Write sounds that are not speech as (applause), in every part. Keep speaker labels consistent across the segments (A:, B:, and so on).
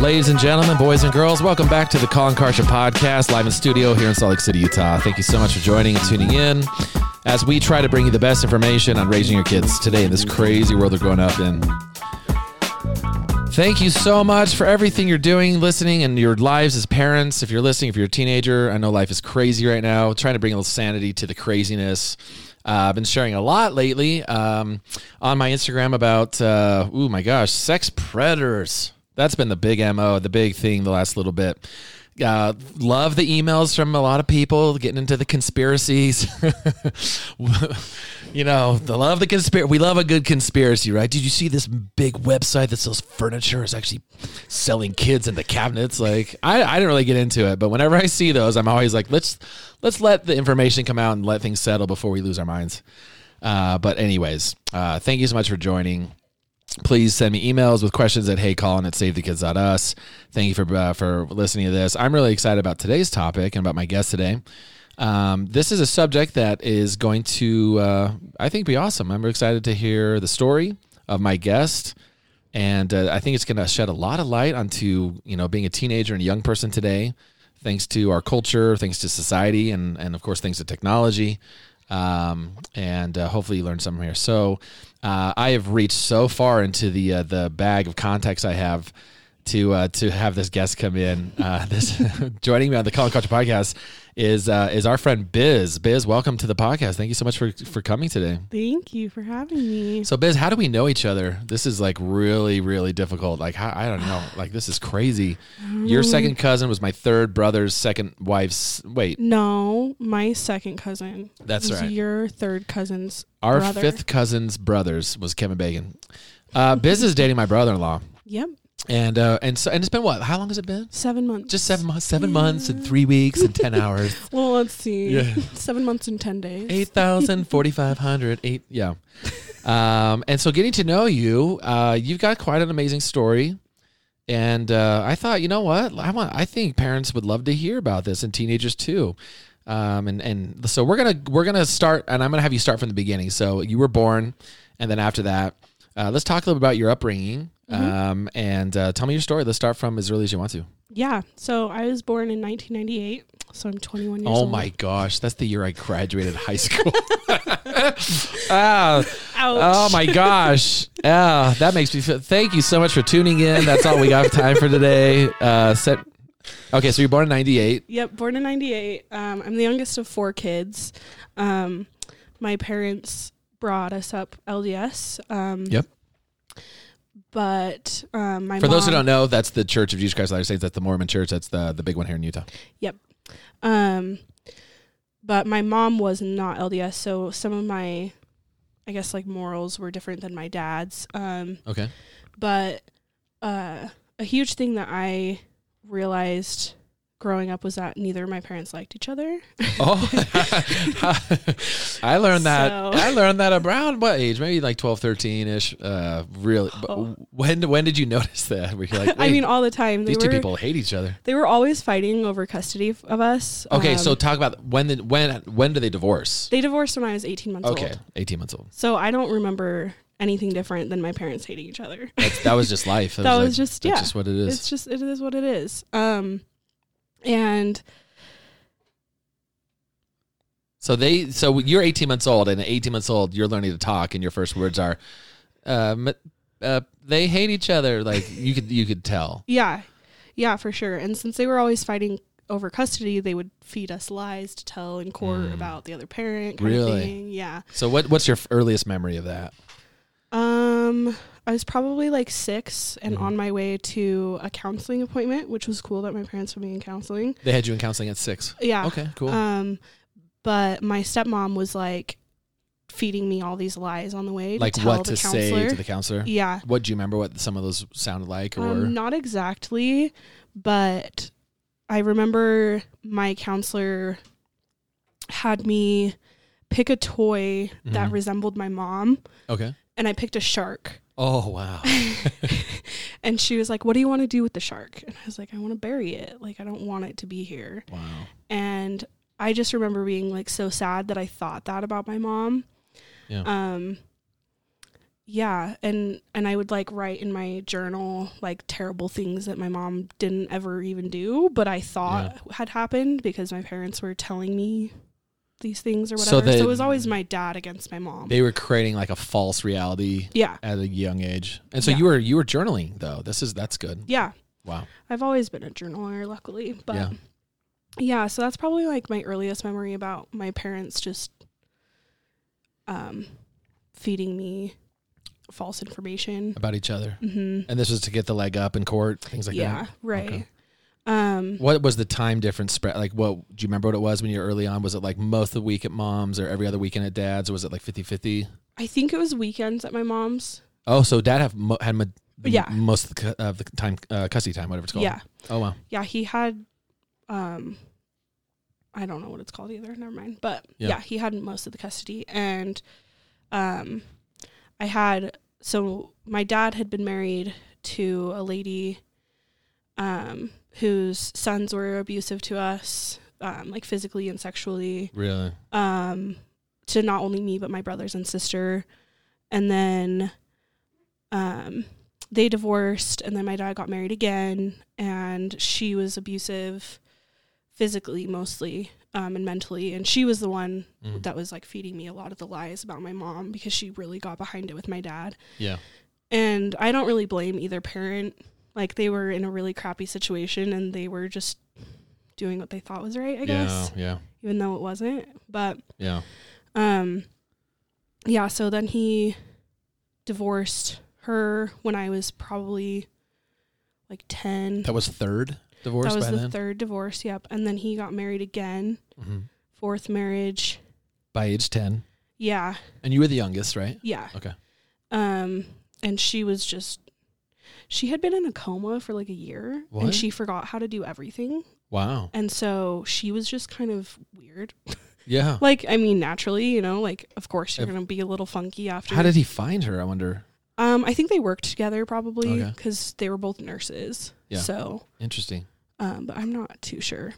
A: Ladies and gentlemen, boys and girls, welcome back to the Colin Karsha podcast, live in studio here in Salt Lake City, Utah. Thank you so much for joining and tuning in as we try to bring you the best information on raising your kids today in this crazy world they're growing up in. Thank you so much for everything you're doing, listening, and your lives as parents. If you're listening, if you're a teenager, I know life is crazy right now. Trying to bring a little sanity to the craziness. Uh, I've been sharing a lot lately um, on my Instagram about, uh, oh my gosh, sex predators. That's been the big MO, the big thing the last little bit. Uh, love the emails from a lot of people getting into the conspiracies. (laughs) you know, the love the conspiracy. We love a good conspiracy, right? Did you see this big website that sells furniture is actually selling kids in the cabinets? Like, I, I didn't really get into it, but whenever I see those, I'm always like, let's let's let the information come out and let things settle before we lose our minds. Uh, but anyways, uh, thank you so much for joining please send me emails with questions at heycolin at savethekids.us. Thank you for uh, for listening to this. I'm really excited about today's topic and about my guest today. Um, this is a subject that is going to, uh, I think, be awesome. I'm excited to hear the story of my guest, and uh, I think it's going to shed a lot of light onto you know being a teenager and a young person today, thanks to our culture, thanks to society, and and of course thanks to technology um, and uh, hopefully you learned something here. So uh, I have reached so far into the uh, the bag of contacts I have to uh, to have this guest come in. Uh, (laughs) this joining me on the Colin Culture Podcast is uh, is our friend Biz. Biz, welcome to the podcast. Thank you so much for for coming today.
B: Thank you for having me.
A: So Biz, how do we know each other? This is like really really difficult. Like how, I don't know. Like this is crazy. Your second cousin was my third brother's second wife's. Wait,
B: No, my second cousin.
A: That's
B: is
A: right.
B: Your third cousin's
A: Our
B: brother.
A: fifth cousin's brothers was Kevin Bacon. Uh, Biz is dating my brother-in-law,
B: Yep,
A: and uh, and so and it's been what? How long has it been?
B: seven months.
A: Just seven months, seven months and three weeks and ten hours.
B: Well, let's see.
A: Yeah.
B: (laughs) seven months and ten days.
A: Eight thousand, forty-five hundred, eight. Yeah. Um, and so getting to know you, uh, you've got quite an amazing story. And uh, I thought, you know what? I want. I think parents would love to hear about this, and teenagers too. Um, and and so we're gonna we're gonna start, and I'm gonna have you start from the beginning. So you were born, and then after that, uh, let's talk a little bit about your upbringing. Um, and uh, tell me your story. Let's start from as early as you want to.
B: Yeah. So I was born in 1998. So I'm 21 years
A: Oh
B: old.
A: my gosh, that's the year I graduated high school. (laughs) ah,
B: Ouch.
A: Oh my gosh. Yeah, that makes me feel. Thank you so much for tuning in. That's all we got time for today. Uh, set. Okay, so you're born in 98.
B: Yep, born in 98. Um, I'm the youngest of four kids. Um, my parents brought us up LDS. Um,
A: Yep.
B: But um, my
A: For those who
B: mom-
A: don't know, that's the Church of Jesus Christ of Latter-day Saints. That's the Mormon church. That's the, the big one here in Utah.
B: Yep. Um, but my mom was not LDS, so some of my, I guess, like morals were different than my dad's. Um,
A: Okay.
B: but uh, a huge thing that I realized growing up was that neither of my parents liked each other.
A: Oh, (laughs) I learned that.
B: So-
A: I learned that around what age? Maybe like 12, 13 ish. Uh, really. but
B: Oh.
A: When when did you notice that? Where you're like,
B: (laughs) I
A: wait,
B: mean, all the time they
A: these
B: were
A: two people hate each other.
B: they were always fighting over custody f- of us.
A: Okay,
B: Um,
A: so talk about when did when when do they divorce?
B: they divorced when I was 18 months
A: okay,
B: old.
A: 18 months old.
B: So I don't remember anything different than my parents hating each other.
A: That's, that was just life.
B: (laughs) That
A: like,
B: was just-
A: that's
B: yeah.
A: just what it is.
B: It's just it is what it is. Um, and
A: so they so you're 18 months old, and at 18 months old, you're learning to talk, and your first words are, um, uh, "They hate each other." Like you could you could tell.
B: yeah, yeah, for sure. And since they were always fighting over custody, they would feed us lies to tell in court about the other parent. Kind
A: Mm. Really?
B: Of thing. Yeah.
A: So what what's your earliest memory of that?
B: Um, I was probably like six and
A: Mhm.
B: on my way to a counseling appointment, which was cool that my parents put me in counseling.
A: They had you in counseling at six.
B: Yeah.
A: Okay, cool.
B: Um, but my stepmom was like feeding me all these lies on the way.
A: like
B: to tell
A: what
B: the
A: to
B: counselor.
A: say to the counselor.
B: yeah.
A: What do you remember? What some of those sounded like, or
B: Um, not exactly, but I remember my counselor had me pick a toy that
A: Mhm.
B: resembled my mom,
A: okay.
B: and I picked a shark.
A: Oh
B: (laughs)
A: wow.
B: And she was like, What do you want to do with the shark? And I was like, I want to bury it. Like, I don't want it to be here.
A: wow.
B: And I just remember being like so sad that I thought that about my mom.
A: Yeah.
B: Um, yeah and and i would like write in my journal like terrible things that my mom didn't ever even do but i thought had happened because my parents were telling me these things or
A: So
B: whatever so,
A: they-
B: it was always my dad against my mom
A: They were creating like a false reality
B: yeah
A: at a young age, and so
B: Yeah.
A: you were you were journaling though. This is that's good.
B: yeah
A: Wow.
B: i've always been a journaler luckily but
A: Yeah.
B: yeah, so that's probably like my earliest memory about my parents just um feeding me false information
A: About each other,
B: hmm
A: and this was to get the leg up in court, things like
B: yeah
A: that.
B: right
A: Okay.
B: um
A: What was the time difference spread? Like, what do you remember what it was when you were early on? Was it like most of the week at mom's or every other weekend at dad's, or was it like 50 50?
B: I think it was weekends at my mom's.
A: Oh, so dad have mo- had mo-
B: Yeah.
A: most of the, cu- of the time, uh, custody time, whatever it's called.
B: Yeah.
A: Oh, wow.
B: Yeah, he had um I don't know what it's called either, never mind. But
A: Yeah.
B: yeah, he had most of the custody and um I had so my dad had been married to a lady um whose sons were abusive to us, um, like physically and sexually.
A: Really?
B: um, to not only me but my brothers and sister, and then um, they divorced, and then my dad got married again, and she was abusive, physically mostly um, and mentally, and she was the one
A: Mm.
B: that was like feeding me a lot of the lies about my mom because she really got behind it with my dad,
A: Yeah.
B: and I don't really blame either parent. Like they were in a really crappy situation, and they were just doing what they thought was right, I guess,
A: Yeah.
B: even though it wasn't. But
A: Yeah.
B: um, yeah, so then he divorced her when I was probably like 10.
A: That was third divorce
B: That was
A: by
B: the
A: then?
B: third divorce, yep. And then he got married again,
A: Mhm.
B: fourth marriage.
A: By age 10.
B: Yeah,
A: And you were the youngest, right?
B: yeah.
A: Okay.
B: Um, and she was just, she had been in a coma for like a year
A: What?
B: and she forgot how to do everything.
A: Wow.
B: And so she was just kind of weird.
A: Yeah.
B: Like, I mean, naturally, you know, like, of course, you're
A: If-
B: going to be a little funky after.
A: How did he find her? I wonder.
B: Um, I think they worked together probably
A: Okay.
B: because they were both nurses.
A: Yeah.
B: So,
A: Interesting.
B: um, but I'm not too sure.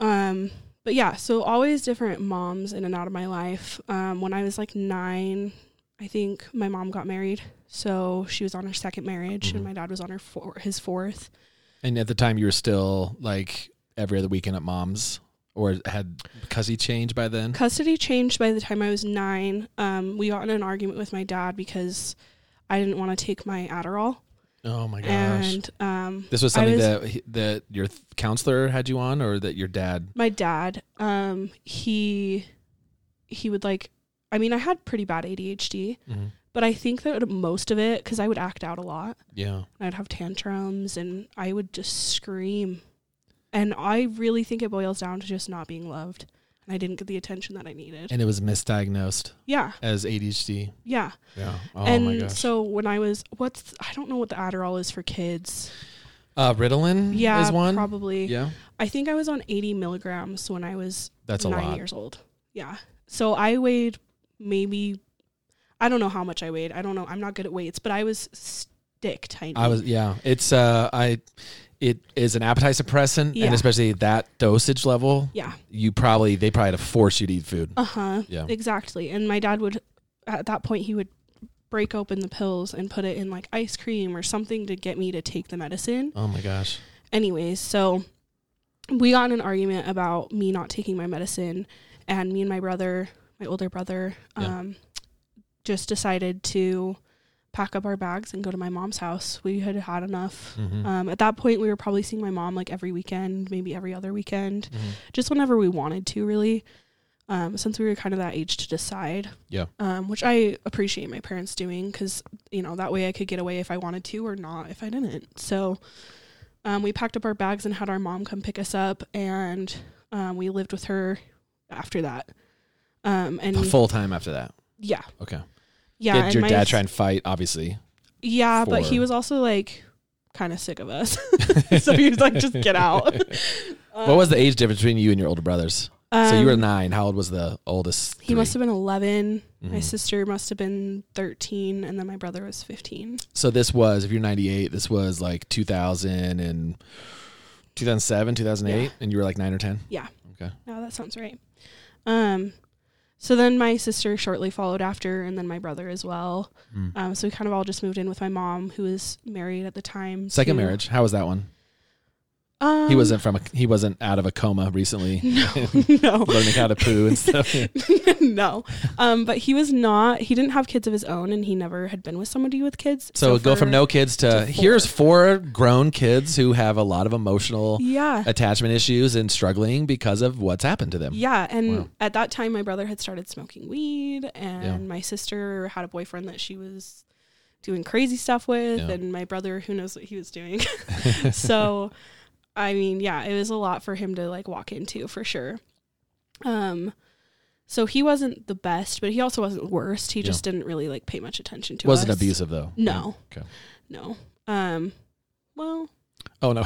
B: Um, but yeah, so always different moms in and out of my life. Um, when I was like nine, I think my mom got married, so she was on her second marriage,
A: Mhm.
B: and my dad was on her four, his fourth.
A: And at the time, you were still like every other weekend at mom's, or had custody changed by then?
B: Custody changed by the time I was nine. Um, we got in an argument with my dad because I didn't want to take my Adderall,
A: Oh my gosh.
B: and um,
A: this was
B: I
A: something
B: was-
A: that he- that your th- counselor had you on, or that your dad.
B: my dad um he he would like i mean i had pretty bad adhd but i think that most of it because i would act out a lot
A: Yeah.
B: and i'd have tantrums and i would just scream and i really think it boils down to just not being loved and i didn't get the attention that i needed
A: And it was misdiagnosed
B: yeah
A: as ADHD.
B: yeah
A: Yeah. Oh
B: and so when i was what's i don't know what the adderall is for kids
A: uh, Ritalin
B: yeah
A: is one.
B: probably
A: Yeah.
B: i think i was on 80 milligrams when i was
A: That's a
B: nine
A: lot.
B: years old. Yeah. So I weighed maybe I don't know how much I weighed. I don't know. I'm not good at weights, but I was stick tiny.
A: I was yeah. It's uh I it is an appetite suppressant
B: Yeah.
A: and especially that dosage level,
B: Yeah.
A: you probably they probably had to force you to eat food.
B: Uh huh.
A: Yeah.
B: Exactly. And my dad would at that point he would break open the pills and put it in like ice cream or something to get me to take the medicine.
A: Oh my gosh.
B: anyways, so we got in an argument about me not taking my medicine, and me and my brother, my older brother,
A: Yeah.
B: um, just decided to pack up our bags and go to my mom's house. We had had enough.
A: Mhm.
B: Um, at that point, we were probably seeing my mom like every weekend, maybe every other weekend,
A: Mhm.
B: just whenever we wanted to, really. Um, since we were kind of that age to decide,
A: Yeah.
B: um, which I appreciate my parents doing because you know that way I could get away if I wanted to or not if I didn't. So, um, we packed up our bags and had our mom come pick us up, and um, we lived with her after that. Um, and
A: Full time after that.
B: yeah,
A: Okay.
B: yeah.
A: Did
B: and
A: your
B: my-
A: dad try and fight, obviously.
B: Yeah, but he
A: for-
B: was also like kind of sick of us, (laughs) (laughs) so he was like, "Just get out."
A: (laughs) what was the age difference between you and your older brothers? so you
B: Um,
A: were nine. How old was the oldest?
B: He
A: three?
B: must have been 11. My
A: Mhm.
B: sister must have been 13, and then my brother was 15.
A: So this was, if you're 98, this was like 2000 and 2007, 2008, and you were like nine or 10.
B: Yeah.
A: Okay.
B: No, that sounds right. Um, So then my sister shortly followed after, and then my brother as well.
A: Hmm.
B: Um, so we kind of all just moved in with my mom, who was married at the time.
A: Second
B: to-
A: marriage. How was that one?
B: Um,
A: he wasn't from a, he wasn't out of a coma recently, (laughs)
B: (laughs) No, no,
A: learning how to poo and stuff.
B: (laughs) no. Um, but he was not. He didn't have kids of his own, and he never had been with somebody with kids.
A: So, go
B: for-
A: from no kids to,
B: to four.
A: here's four grown kids who have a lot of emotional
B: Yeah,
A: attachment issues and struggling because of what's happened to (laughs) them.
B: yeah. And
A: Wow.
B: at that time, my brother had started smoking weed, and my sister had a boyfriend that she was doing crazy stuff with,
A: Yeah.
B: and my brother, who knows what he was doing.
A: (laughs)
B: so i mean yeah it was a lot for him to like walk into for sure um so he wasn't the best but he also wasn't the worst he
A: Yeah.
B: just didn't really like pay much attention to
A: wasn't
B: us.
A: abusive though.
B: no
A: Okay.
B: no um well
A: Oh no.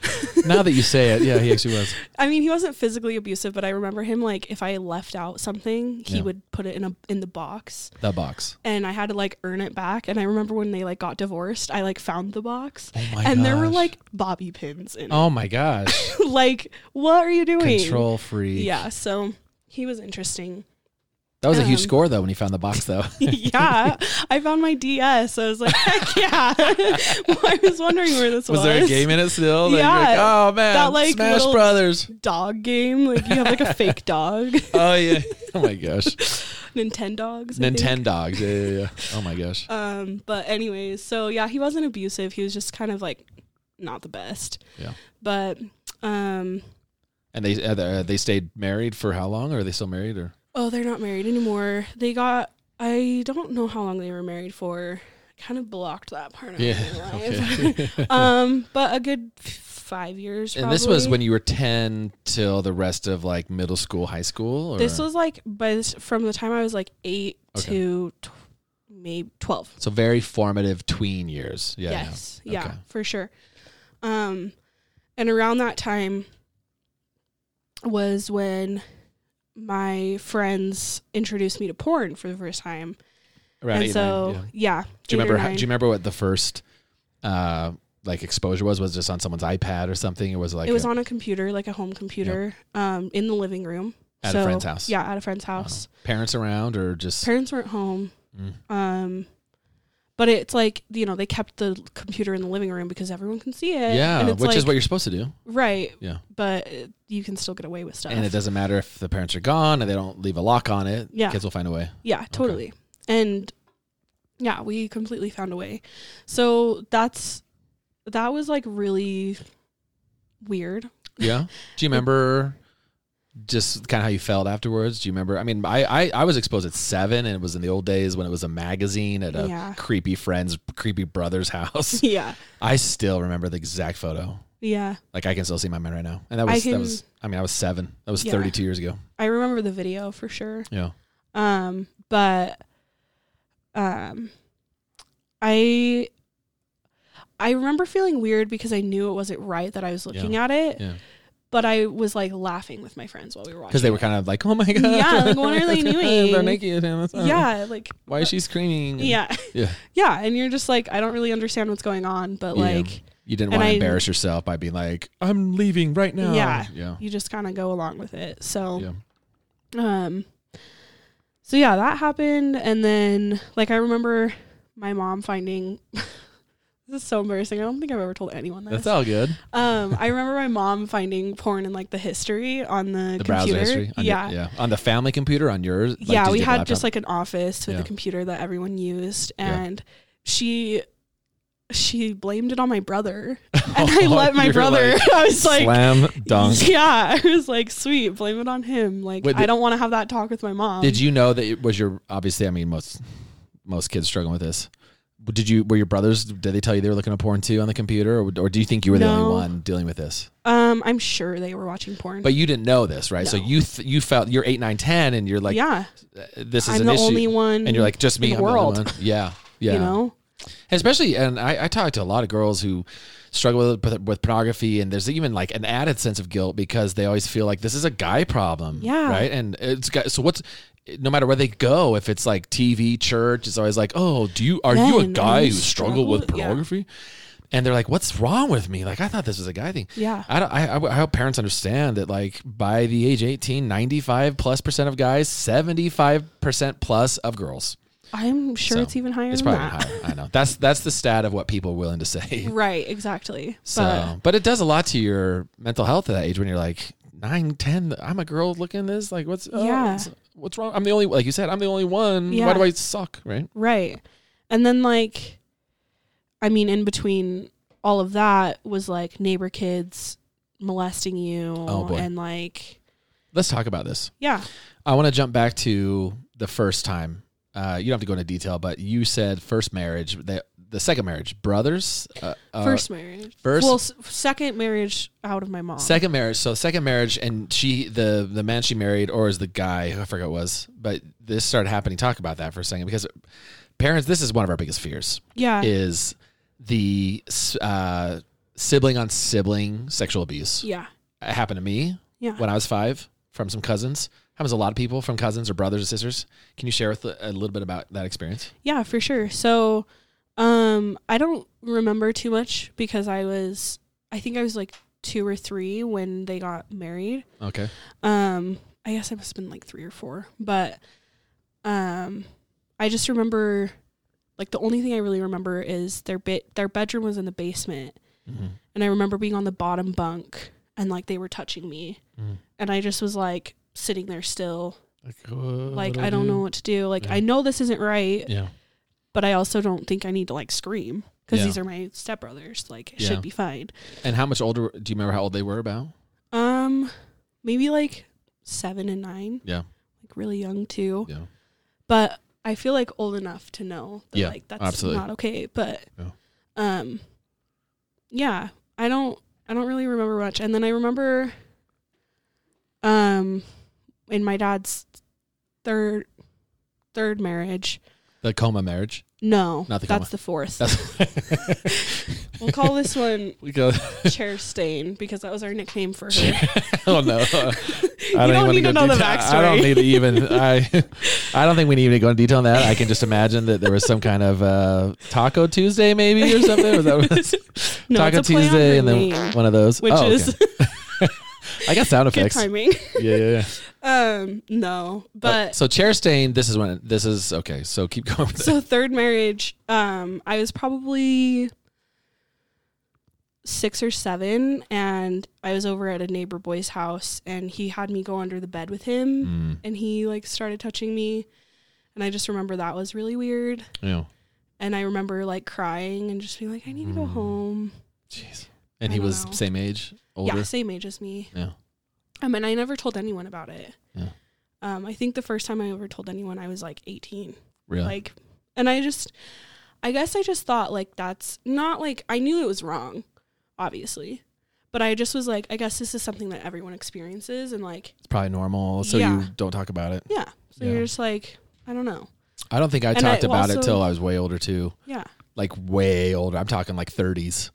A: (laughs) now that you say it, yeah, he actually was.
B: (laughs) i mean he wasn't physically abusive but i remember him like if i left out something he
A: Yeah.
B: would put it in a in the box
A: The box.
B: and i had to like earn it back and i remember when they like got divorced i like found the box
A: Oh my
B: and there were
A: gosh.
B: like bobby pins in
A: Oh my
B: (laughs)
A: gosh.
B: it like what are you doing
A: Control free.
B: Yeah, so he was interesting. (laughs)
A: That was a huge
B: Um,
A: score though when he found the box
B: (laughs)
A: though.
B: yeah, I found my DS. I was like, heck (laughs) yeah. Well, I was wondering where this was.
A: Was there a game in it still? That you're
B: Yeah.
A: like, oh man,
B: That, like,
A: Smash
B: little- (laughs)
A: Brothers.
B: Dog game. Like you have like a fake dog, (laughs)
A: Oh yeah. Oh my gosh.
B: Nintendogs. I think.
A: Nintendogs. Yeah, yeah, yeah. Oh my gosh.
B: Um, but anyways, so yeah, he wasn't abusive. He was just kind of like not the best.
A: Yeah.
B: But um,
A: And they uh, they- uh, they stayed married for how long? Or are they still married? Or
B: oh, they're not married anymore. They got. I don't know how long they were married for. Kind of blocked that part of my
A: (laughs)
B: life. um, but a good f- five years.
A: and this was
B: probably.
A: when you were ten till the rest of like middle school, high school. Or?
B: this was like by this, from the time I was like eight
A: Okay.
B: to tw- maybe twelve.
A: so very formative tween years. Yeah. yeah.
B: yes, yeah,
A: Okay.
B: for sure. Um, and around that time was when my friends introduced me to porn for the first time,
A: Around
B: and
A: eight,
B: so
A: nine, yeah.
B: yeah.
A: Do you
B: eight or
A: remember? How, do
B: nine.
A: you remember what the first uh, like exposure was? Was it just on someone's iPad or something? It was like
B: it was
A: a-
B: on a computer, like a home computer, um, in the living room
A: at
B: So,
A: a friend's house.
B: Yeah, at a friend's house.
A: Parents around or just
B: parents weren't home
A: Mm.
B: um but it's like you know they kept the computer in the living room because everyone can see it
A: yeah,
B: and
A: which
B: it's like,
A: is what you're supposed to do.
B: right
A: Yeah.
B: but it- you can still get away with stuff
A: And it doesn't matter if the parents are gone and they don't leave a lock on it.
B: Yeah.
A: kids will find a way.
B: yeah totally and yeah we completely found a way so that's that was like really weird
A: Yeah. Do you remember just kind of how you felt afterwards? Do you remember? I mean, I, I I was exposed at seven, and it was in the old days when it was a magazine at a
B: Yeah. (laughs)
A: creepy friend's creepy brother's (laughs) house.
B: yeah
A: I still remember the exact photo.
B: yeah
A: Like I can still see my mind right now, and that
B: I
A: was that
B: can-
A: was. I mean, I was seven. That was
B: Yeah.
A: 32 years ago.
B: i remember the video for sure
A: Yeah.
B: Um, but um, I I remember feeling weird because I knew it wasn't right that I was looking at it,
A: Yeah.
B: but I was like laughing with my friends while we were watching.
A: Because they were
B: it.
A: kind of like, oh my god.
B: Yeah, like, what are they
A: (laughs) They're
B: doing?
A: naked. and that's-
B: yeah, like
A: Why is she screaming? And
B: (laughs) yeah,
A: Yeah.
B: yeah, and you're just like I don't really understand what's going on, but
A: Yeah.
B: like
A: You didn't
B: And
A: want to
B: I-
A: embarrass yourself by being like, I'm leaving right now.
B: Yeah.
A: Yeah.
B: you just kind of go along with it. So
A: Yeah.
B: um, so yeah, that happened, and then like I remember my mom finding. (laughs) This is so embarrassing. I don't think I've ever told anyone this.
A: That's all good.
B: Um, I remember my mom finding porn in like the history on the,
A: the
B: computer.
A: browser history. On your-
B: yeah. yeah.
A: yeah. On the family computer, on yours. like, did
B: we
A: you
B: had
A: laptop? (laughs)
B: just like (laughs) an office with
A: Yeah.
B: a computer that everyone used
A: Yeah.
B: and she she blamed it on my brother.
A: (laughs) Oh,
B: And I let my
A: you're
B: brother (laughs)
A: like,
B: I was like
A: slam dunk.
B: (laughs) Yeah. I was like, sweet, blame it on him. Like
A: Wait,
B: I
A: did-
B: don't want to have that talk with my mom.
A: Did you know that it was your obviously I mean most most kids struggling with this. But Did you were your brothers did they tell you they were looking at porn too on the computer or, or do you think you were the
B: No.
A: only one dealing with this?
B: um I'm sure they were watching porn.
A: But you didn't know this, right? So
B: No.
A: you th- you felt you're 8 9 10 and you're like uh,
B: yeah.
A: this is
B: I'm
A: an
B: the
A: issue
B: only one
A: and you're like just me
B: in the
A: I'm only
B: world.
A: one. Yeah. Yeah.
B: (laughs) you know?
A: especially and I, I talk to a lot of girls who struggle with, with pornography and there's even like an added sense of guilt because they always feel like this is a guy problem
B: Yeah.
A: right and it's got so what's no matter where they go if it's like tv church it's always like oh do you are you a
B: Men,
A: guy
B: you
A: who struggled with
B: struggle- yeah.
A: pornography and they're like, "What's wrong with me?" Like I thought this was a guy thing.
B: Yeah.
A: I, don't, I, I I hope parents understand that like by the age 18, 95 plus percent of guys, 75 percent plus of girls.
B: I'm sure
A: So,
B: it's even higher
A: It's
B: than
A: probably
B: that.
A: higher. I know. That's that's the stat of what people are willing to say.
B: (laughs) Right, exactly.
A: So,
B: But
A: but, it does a lot to your mental health at that age when you're like nine, 10. I'm a girl looking at this. Like, what's, oh,
B: Yeah.
A: what's, what's wrong? I'm the only, like you said, I'm the only one.
B: Yeah.
A: Why do I suck? Right.
B: right. And then like I mean in between all of that was like neighbor kids molesting you
A: Oh, boy.
B: and like
A: Let's talk about this.
B: yeah.
A: I want to jump back to the first time. Uh, you don't have to go into detail, but you said first marriage, the, the second marriage, brothers. Uh, uh,
B: First marriage.
A: first-
B: well, s- second marriage out of my mom.
A: Second marriage. So second marriage, and she the the man she married, or is the guy I forget what it was, but this started happening. Talk about that for a second, because parents, this is one of our biggest fears
B: yeah.
A: is the s- uh, sibling on sibling sexual abuse.
B: yeah.
A: It happened to me
B: Yeah.
A: when I was five from some cousins. Happens to a lot of people from cousins or brothers or sisters. Can you share with a a little bit about that experience?
B: Yeah, for sure. So, um, I don't remember too much because I was, I think I was like two or three when they got married.
A: Okay.
B: Um, I guess I must have been like three or four, but, um, I just remember, like the only thing I really remember is their bit their bedroom was in the basement,
A: Mhm.
B: and I remember being on the bottom bunk and like they were touching me,
A: Mhm.
B: and I just was like sitting there still,
A: Like,
B: Mm-hmm. like I don't know what to do. Like
A: Yeah.
B: I know this isn't right
A: Yeah.
B: but I also don't think I need to like scream because
A: Yeah.
B: these are my stepbrothers. Like, it
A: Yeah.
B: should be fine.
A: And how much older? Do you remember how old they were? About
B: Um, maybe like seven and nine.
A: Yeah.
B: like really young too.
A: yeah.
B: But I feel like old enough to know that
A: Yeah,
B: like that's
A: absolutely.
B: not okay. But
A: Yeah.
B: um, yeah, I don't I don't really remember much. And then I remember, um, in my dad's third third marriage.
A: The coma marriage.
B: No,
A: Not the
B: that's
A: coma.
B: the fourth.
A: That's
B: (laughs) we'll call this one
A: (laughs) we go.
B: Chair Stain because that was our nickname for her.
A: oh no! I
B: don't
A: even wanna
B: need to
A: go
B: know the
A: detail- I don't
B: backstory.
A: need to even. I, I don't think we need to go into detail on that. I can
B: (laughs)
A: just imagine that there was some kind of uh, Taco Tuesday, maybe or something. Was that what it was?
B: (laughs) (laughs) No,
A: Taco
B: it's a play on her
A: Tuesday, and then
B: name,
A: one of those.
B: which
A: Oh, okay.
B: (laughs) is
A: I got sound
B: (laughs) good
A: effects.
B: timing.
A: Yeah, yeah. yeah.
B: Um, no,
A: Uh,
B: (laughs) but
A: so chair stain. This is when. This is okay. So keep going. (laughs) With it.
B: so third marriage. Um, I was probably six or seven, and I was over at a neighbor boy's house, and he had me go under the bed with him,
A: Mm,
B: and he like started touching me, and I just remember that was really weird,
A: yeah.
B: and I remember like crying and just being like, I need to go
A: Mm.
B: home.
A: Jeez. And
B: I
A: he
B: don't
A: was
B: know.
A: same age, older.
B: Yeah, same age as me.
A: Yeah.
B: Um, and I never told anyone about it.
A: Yeah.
B: Um, I think the first time I ever told anyone, I was like 18.
A: Really.
B: Like, and I just, I guess I just thought like that's not like I knew it was wrong, obviously, but I just was like, I guess this is something that everyone experiences, and like,
A: it's probably normal. So you
B: Yeah.
A: don't talk about it.
B: yeah. So
A: Yeah.
B: you're just like, I don't know.
A: I don't think I
B: And
A: talked
B: I
A: about it
B: also-
A: till I was way older too.
B: Yeah.
A: Like way older. I'm talking like 30s.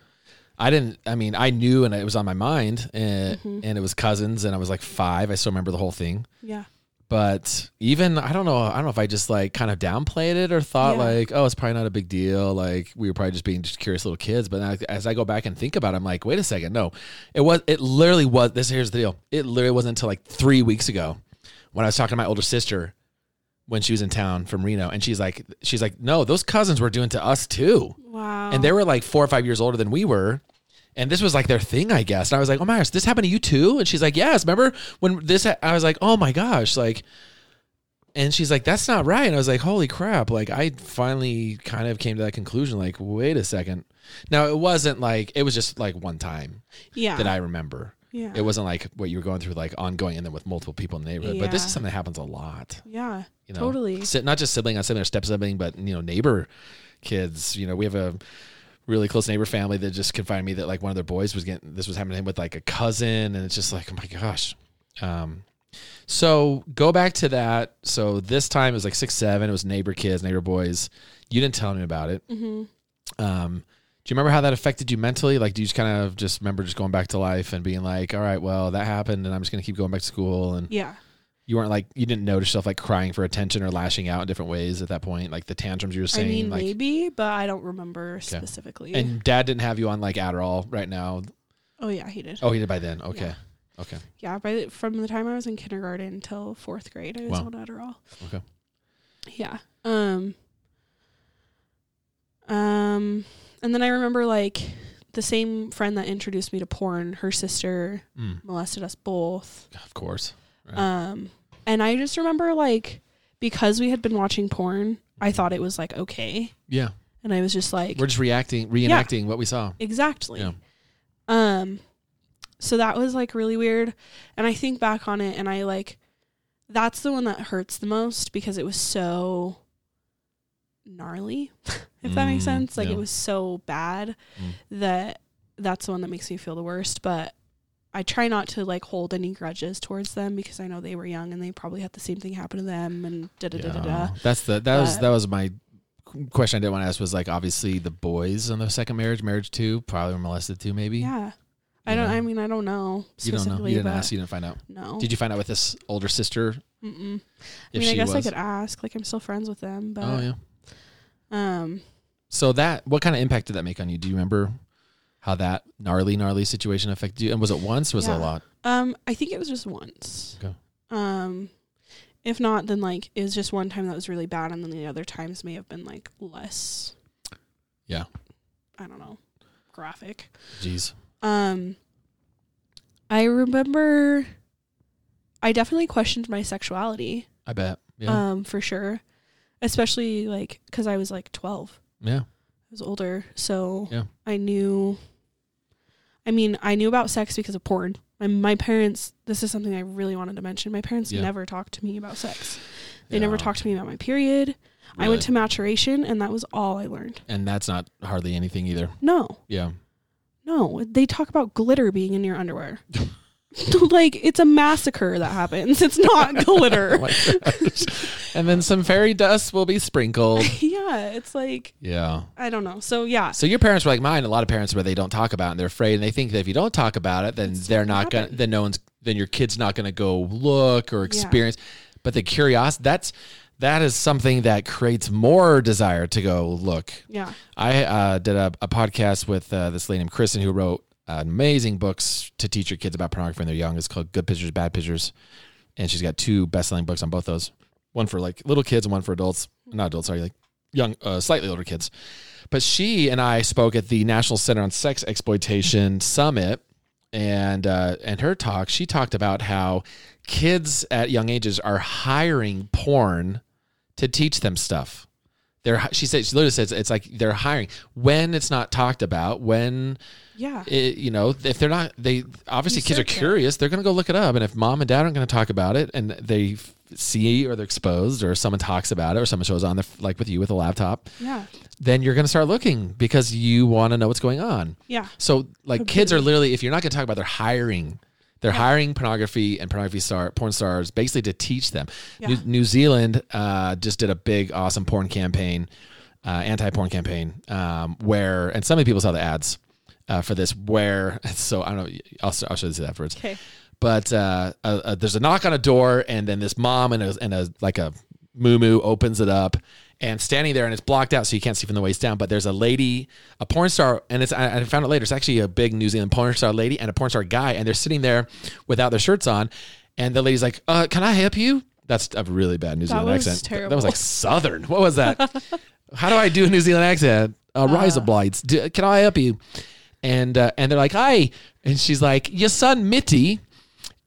A: I didn't. I mean, I knew, and it was on my mind, and,
B: Mhm.
A: and it was cousins, and I was like five. I still remember the whole thing.
B: Yeah.
A: But even I don't know. I don't know if I just like kind of downplayed it or thought
B: Yeah.
A: like, oh, it's probably not a big deal. Like we were probably just being just curious little kids. But now, as I go back and think about, it, I'm like, wait a second, no, it was. It literally was. This here's the deal. It literally wasn't until like three weeks ago when I was talking to my older sister when she was in town from Reno, and she's like, she's like, no, those cousins were doing to us too,
B: Wow.
A: and they were like four or five years older than we were. And this was like their thing, I guess. And I was like, "Oh my gosh, this happened to you too?" And she's like, "Yes." Remember when this? ha- I was like, "Oh my gosh!" Like, and she's like, "That's not right." And I was like, "Holy crap!" Like, I finally kind of came to that conclusion. Like, wait a second. Now it wasn't like it was just like one time
B: yeah.
A: that I remember.
B: yeah.
A: It wasn't like what you were going through, like ongoing, and then with multiple people in the neighborhood. But this
B: Yeah.
A: is something that happens a lot
B: yeah.
A: you know,
B: Totally.
A: si- not just sibling on sibling or step sibling, but you know, neighbor kids. You know, we have a really close neighbor family that just confided me that like one of their boys was getting this was happening to him with like a cousin, and it's just like, oh my gosh. Um, so go back to that. So this time it was like six, seven. It was neighbor kids, neighbor boys. You didn't tell me about it.
B: Mm-hmm.
A: Um, do you remember how that affected you mentally? Like, do you just kind of just remember just going back to life and being like, all right, well, that happened, and I'm just gonna keep going back to school, and
B: Yeah.
A: You weren't like you didn't notice yourself like crying for attention or lashing out in different ways at that point, like the tantrums you were saying.
B: I mean,
A: like,
B: maybe, but I don't remember specifically.
A: and Dad didn't have you on like Adderall right now.
B: oh yeah, he did.
A: Oh, he did by then. Okay, okay.
B: Yeah, by the, from the time I was in kindergarten until fourth grade, I was
A: Wow.
B: on Adderall.
A: Okay.
B: Yeah. Um. Um, and then I remember like the same friend that introduced me to porn. Her sister
A: Mm,
B: molested us both.
A: of course.
B: Um, and I just remember like because we had been watching porn, I thought it was like okay,
A: Yeah,
B: and I was just like
A: we're just reacting, reenacting what we saw.
B: exactly.
A: Yeah.
B: Um, so that was like really weird. And I think back on it and I like, that's the one that hurts the most because it was so gnarly, (laughs) if that
A: Mm,
B: makes sense. Like
A: yeah.
B: it was so bad
A: Mm.
B: that that's the one that makes me feel the worst. But I try not to like hold any grudges towards them because I know they were young and they probably had the same thing happen to them and da da da da da.
A: That's the that was
B: But-
A: that was my question I didn't want to ask was like obviously the boys on the second marriage, marriage two, probably were molested too, maybe.
B: Yeah. I
A: You
B: don't,
A: know.
B: I mean, I don't know
A: You don't know.
B: specifically,
A: You didn't
B: but
A: ask. You didn't find out.
B: no.
A: Did you find out with this older sister
B: Mm-mm. I
A: if
B: mean, I
A: she
B: guess I
A: was?
B: could ask. Like, I'm still friends with them, but
A: oh yeah.
B: um,
A: So that what kind of impact did that make on you? Do you remember how that gnarly gnarly situation affected you? And was it once? Was it
B: Yeah.
A: a lot?
B: um, I think it was just once.
A: Okay.
B: Um, if not, then like it was just one time that was really bad, and then the other times may have been like less.
A: Yeah.
B: I don't know, graphic.
A: Jeez.
B: Um, I remember, I definitely questioned my sexuality.
A: I bet. Yeah.
B: Um, for sure, especially like because I was like 12.
A: yeah.
B: I was older, so
A: Yeah.
B: I knew. I mean, I knew about sex because of porn. My, my parents. This is something I really wanted to mention. My parents
A: Yeah.
B: never talked to me about sex. They never
A: Yeah.
B: talked to me about my period. I
A: Really.
B: went to maturation, and that was all I learned.
A: and that's not hardly anything either.
B: No,
A: Yeah.
B: no. They talk about glitter being in
A: (laughs)
B: your underwear. like it's a massacre that happens.
A: (laughs)
B: It's not
A: Oh
B: glitter.
A: my gosh. (laughs) and then some fairy dust will be
B: (laughs)
A: sprinkled.
B: (laughs) yeah, it's like
A: Yeah.
B: I don't know. So yeah,
A: So your parents were like mine. A lot of parents where they don't talk about it and they're afraid, and they think that if you don't talk about it, then
B: It's
A: they're
B: gonna
A: not gonna,
B: happen.
A: then no one's, then your kid's not gonna go look or experience. But the curiosity, that's that is something that creates more desire to go look.
B: yeah,
A: I uh, did a, a podcast with uh, this lady named Kristen who wrote uh, amazing books to teach your kids about pornography when they're young. It's called Good Pictures, Bad Pictures. And she's got two best selling books on both those one for like little kids and one for adults. Not adults, sorry, like young, uh, slightly older kids. But she and I spoke at the National Center on Sex Exploitation Summit. And uh, and her talk, she talked about how kids at young ages are hiring porn to teach them stuff they're hi- she said she literally says it's like they're hiring when it's not talked about when
B: yeah.
A: it, you know if they're not they obviously kids are
B: Research it.
A: curious they're going to go look it up and if mom and dad aren't going to talk about it and they f- see or they're exposed or someone talks about it or someone shows on the f- like with you with a laptop
B: yeah,
A: then you're going to start looking because you want to know what's going on
B: yeah,
A: so like kids are literally if you're not going to talk about they're hiring they're hiring pornography and pornography star porn stars basically to teach them. New,
B: Yeah.
A: New Zealand uh, just did a big awesome porn campaign, uh, anti porn campaign, um, where and so many people saw the ads uh, for this. Where (laughs) so I don't know. I'll, I'll show this afterwards.
B: Okay.
A: But uh, uh, uh, there's a knock on a door, and then this mom and a, and a like a moo moo opens it up, and standing there, and it's blocked out, so you can't see from the waist down. But there's a lady, a porn star, and it's I, I found it later. It's actually a big New Zealand porn star lady and a porn star guy, and they're sitting there without their shirts on, and the lady's like, uh, "Can I help you?" That's a really bad New
B: That
A: Zealand
B: was
A: accent. Th- That
B: terrible.
A: was like Southern. What was
B: (laughs)
A: that? How do I do a New Zealand accent? Uh, rise of blights. Do, can I help you? And uh, and they're like, "Hi," and she's like, "Your son Mitty."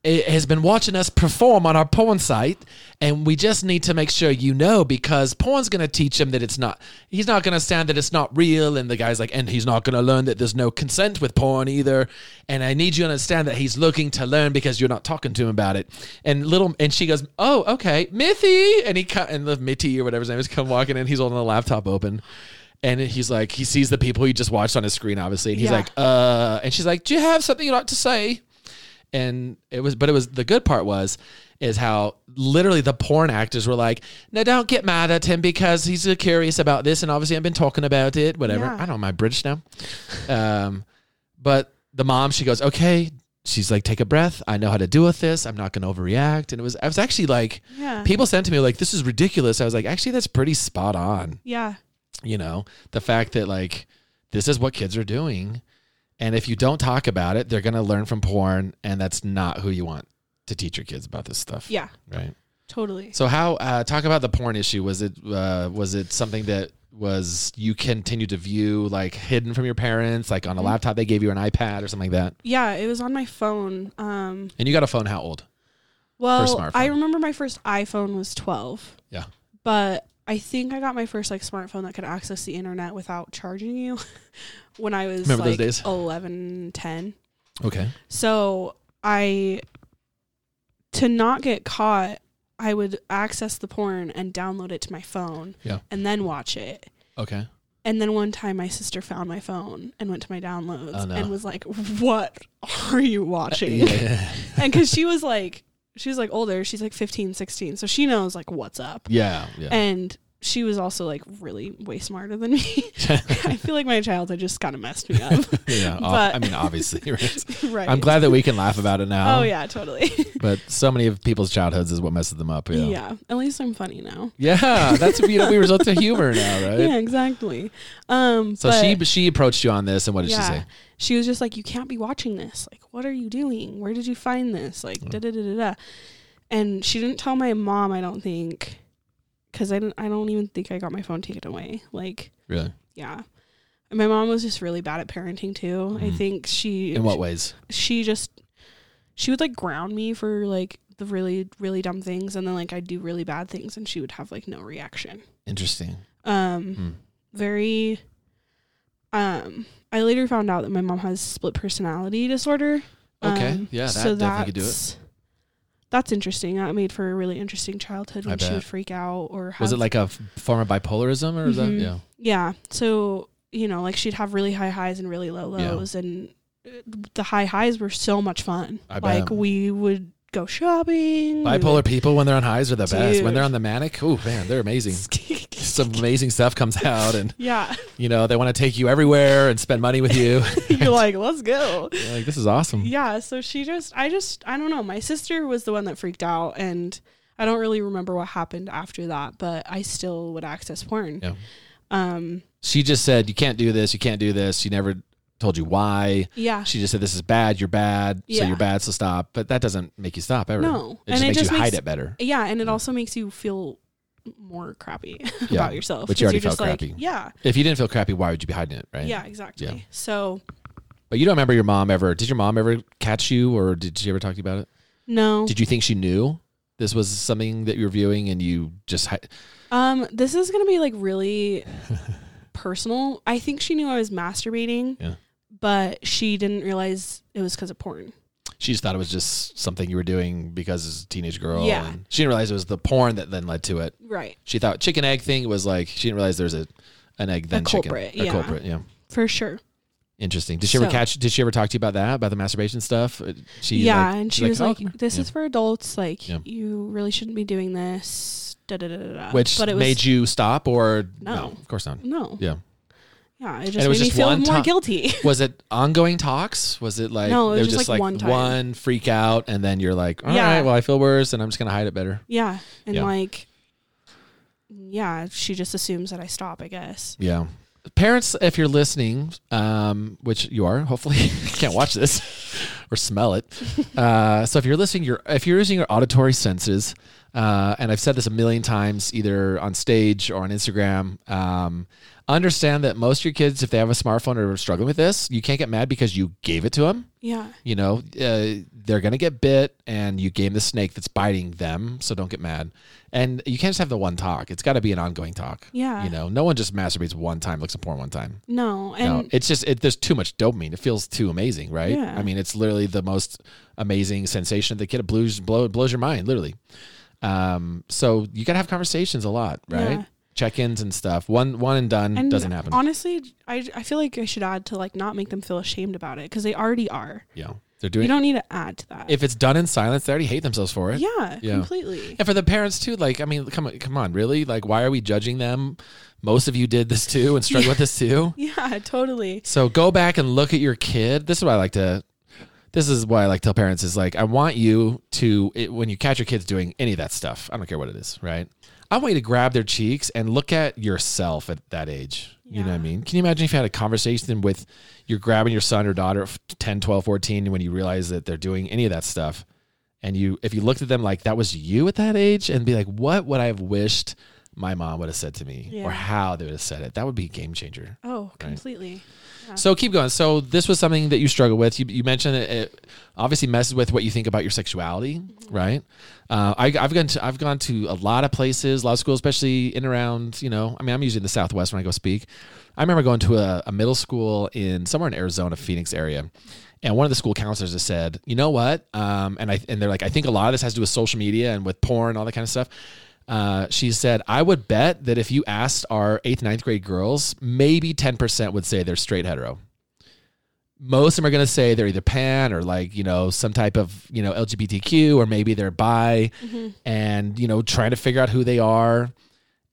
A: i- has been watching us perform on our porn site, and we just need to make sure you know because porn's going to teach him that it's not. He's not going to stand that it's not real, and the guy's like, and he's not going to learn that there's no consent with porn either. And I need you to understand that he's looking to learn because you're not talking to him about it. And little, and she goes, oh, okay, Mithy, and he cut and the Mitty or whatever his name is come walking in. He's holding the laptop open. And he's like, he sees the people he just watched on his screen, obviously. And he's
B: Yeah.
A: like, uh, and she's like, do you have something you'd like to say? and it was but it was the good part was is how literally the porn actors were like no don't get mad at him because he's uh, curious about this and obviously i've been talking about it whatever
B: Yeah.
A: i don't know my british now um, but the mom she goes okay she's like, take a breath. I know how to deal with this. I'm not going to overreact. And it was, I was actually like,
B: Yeah.
A: people sent to me like, this is ridiculous. I was like, actually, that's pretty spot on. (laughs)
B: yeah.
A: You know, the fact that like, this is what kids are doing. And if you don't talk about it, they're going to learn from porn. And that's not who you want to teach your kids about this stuff.
B: Yeah.
A: Right.
B: Totally.
A: So how, uh, talk about the porn issue. Was it, uh, was it something that was you continue to view like hidden from your parents, like on
B: Mm-hmm.
A: a laptop, they gave you an iPad or something like that.
B: Yeah, it was on my phone. Um,
A: And you got a phone, how old?
B: well, I
A: smartphone.
B: remember my first iPhone was 12.
A: Yeah.
B: But I think I got my first like smartphone that could access the internet without charging you (laughs) when I was
A: Remember those
B: like
A: days?
B: 11, 10.
A: Okay.
B: So I, to not get caught, I would access the porn and download it to my phone
A: Yeah.
B: and then watch it.
A: Okay.
B: And then one time my sister found my phone and went to my downloads
A: Oh, no.
B: and was like, What are you watching?
A: Yeah.
B: and because she was like, she was like older, she's like 15, 16. So she knows like what's up.
A: (laughs) Yeah. Yeah.
B: And she was also like really way smarter than me. (laughs) I feel like my childhood just kind of messed me up.
A: (laughs)
B: (laughs)
A: yeah. ob-
B: but-
A: I mean, obviously. Right?
B: (laughs) right.
A: I'm glad that we can laugh about it now.
B: Oh, yeah, totally.
A: But so many of people's childhoods is what messes them up. (laughs)
B: Yeah.
A: Yeah. Yeah.
B: At least I'm funny now.
A: that's you know, we resort to humor now, right?
B: (laughs) Yeah, exactly. Um,
A: So
B: but-
A: she she approached you on this, and what did she
B: yeah.
A: say?
B: She was just like, "You can't be watching this. Like, what are you doing? Where did you find this? Like,
A: Mm.
B: da da da da da." And she didn't tell my mom. I don't think, because I don't. I don't even think I got my phone taken away. Like,
A: Really?
B: yeah. And my mom was just really bad at parenting too. I
A: Mhm.
B: think she
A: In what ways?
B: she just she would like ground me for like the really really dumb things, and then like I'd do really bad things, and she would have like no reaction.
A: Interesting.
B: Um
A: Hmm.
B: very um I later found out that my mom has split personality disorder. Um,
A: Okay. Yeah, that definitely could do it.
B: that's- That's interesting. That made for a really interesting childhood
A: I
B: when she
A: bet.
B: would freak out or have
A: Was it like a f- form of bipolarism, or is
B: Mhm.
A: that? Yeah.
B: Yeah. So, you know, like she'd have really high highs and really low
A: Yeah.
B: lows and uh, the high highs were so much fun.
A: I
B: like
A: bet.
B: we would go shopping. we (laughs)
A: Bipolar people, when they're on highs, are the best. When
B: Dude.
A: they're on the manic, oh man, they're amazing.
B: would-
A: Some amazing stuff comes out, and
B: (laughs)
A: (laughs)
B: Yeah.
A: you know they want to take you everywhere and spend money with
B: (laughs)
A: you.
B: You're like, "Let's go."
A: You're like this is awesome.
B: yeah so she just i just i don't know my sister was the one that freaked out and i don't really remember what happened after that but i still would access porn
A: Yeah.
B: um
A: She just said, "You can't do this. You can't do this." She never told you why.
B: yeah
A: She just said, "This is bad. You're bad. So
B: Yeah.
A: you're bad. So stop." But that doesn't make you stop ever.
B: No.
A: it
B: And
A: just
B: it
A: makes
B: just
A: you hide
B: makes-
A: it better.
B: yeah and it also makes you feel more crappy
A: Mm.
B: (laughs)
A: Yeah,
B: about yourself
A: which you
B: 'cause
A: already
B: you're just
A: felt
B: like,
A: crappy.
B: yeah
A: If you didn't feel crappy, why would you be hiding it, right?
B: yeah exactly
A: Yeah.
B: so
A: But you don't remember your mom ever. Did your mom ever catch you, or did she ever talk to you about it?
B: no
A: Did you think she knew this was something that you were viewing, and you just hi-
B: um this is gonna be like
A: (laughs)
B: really personal i think she knew i was masturbating
A: Yeah.
B: but she didn't realize it was because of porn
A: she just thought it was just something you were doing because as a teenage girl?
B: Yeah.
A: and she didn't realize it was the porn that then led to it.
B: right
A: She thought chicken egg thing was like she didn't realize there was a an egg then chicken.
B: culprit,
A: A
B: yeah.
A: culprit. Yeah.
B: for sure
A: Interesting. Did she ever
B: So-
A: catch? Did she ever talk to you about that? About the masturbation stuff? Uh, She
B: yeah,
A: like-
B: and
A: she's
B: she was
A: "Oh,
B: like,
A: come here."
B: "This
A: Yeah.
B: is for adults. Like,
A: Yeah.
B: you really shouldn't be doing this." Da da da da. da.
A: which
B: Uh, but it was,
A: made you stop or
B: No.
A: Of course not.
B: no.
A: Yeah.
B: Yeah, it just
A: it was
B: made
A: just
B: me feel
A: one
B: more
A: ti-
B: guilty. (laughs)
A: Was it ongoing talks? Was it like
B: No, it
A: they
B: was
A: were
B: just, like, one time.
A: one freak out and then you're like, all right,
B: Yeah.
A: well I feel worse and I'm just gonna hide it better.
B: yeah, and
A: Yeah.
B: like, yeah, she just assumes that I stop. I guess.
A: Yeah. Parents, if you're listening, um, which you are, hopefully (laughs) can't watch this or smell it. Uh, so if you're listening, you're if you're using your auditory senses, uh, and I've said this a million times, either on stage or on Instagram. Um, understand that most of your kids, if they have a smartphone or are struggling with this, you can't get mad because you gave it to them
B: Yeah,
A: you know, uh, they're going to get bit and you game the snake that's biting them. So don't get mad. And you can't just have the one talk. It's got to be an ongoing talk.
B: Yeah.
A: You know, no one just masturbates one time, looks at porn one time.
B: no,
A: No,
B: and
A: it's just, it, there's too much dopamine. It feels too amazing, right?
B: Yeah.
A: I mean, it's literally the most amazing sensation of the kid. It blows, blow, blows your mind, literally. Um, so you got to have conversations a lot, right?
B: Yeah.
A: Check ins and stuff. One, one and done
B: and
A: doesn't happen.
B: Honestly, I I feel like I should add to like not make them feel ashamed about it because they already are.
A: yeah. They're
B: You
A: doing,
B: don't need to add to that.
A: if it's done in silence, they already hate themselves for it.
B: yeah,
A: Yeah.
B: completely. (laughs)
A: And for the parents too, like I mean, come on, come on, really? Like, why are we judging them? Most of you did this too and struggled with this too.
B: Yeah, totally.
A: So go back and look at your kid. This is what I like to. this is why I like to tell parents is like I want you to it, when you catch your kids doing any of that stuff. I don't care what it is, right? I want you to grab their cheeks and look at yourself at that age. You know what I
B: Yeah.
A: mean? Can you imagine if you had a conversation with you're grabbing your son or daughter of 10, 12, 14 and when you realize that they're doing any of that stuff and you if you looked at them like that was you at that age and be like what would I have wished my mom would have said to me
B: Yeah.
A: or how they would have said it? That would be a game changer.
B: Oh, completely.
A: So keep going. So this was something that you struggle with. You, you mentioned it, it obviously messes with what you think about your sexuality, right? Uh, I, I've gone to I've gone to a lot of places, a lot of schools, especially in around you know. I mean, I'm usually in the Southwest when I go speak. I remember going to a, a middle school in somewhere in Arizona, Phoenix area, and one of the school counselors has said, "You know what?" Um, and I and they're like, "I think a lot of this has to do with social media and with porn, and all that kind of stuff." Uh, she said, I would bet that if you asked our eighth, ninth grade girls, maybe 10% would say they're straight hetero. Most of them are going to say they're either pan or like, you know, some type of, you know, LGBTQ or maybe they're bi and, you know, trying to figure out who they are.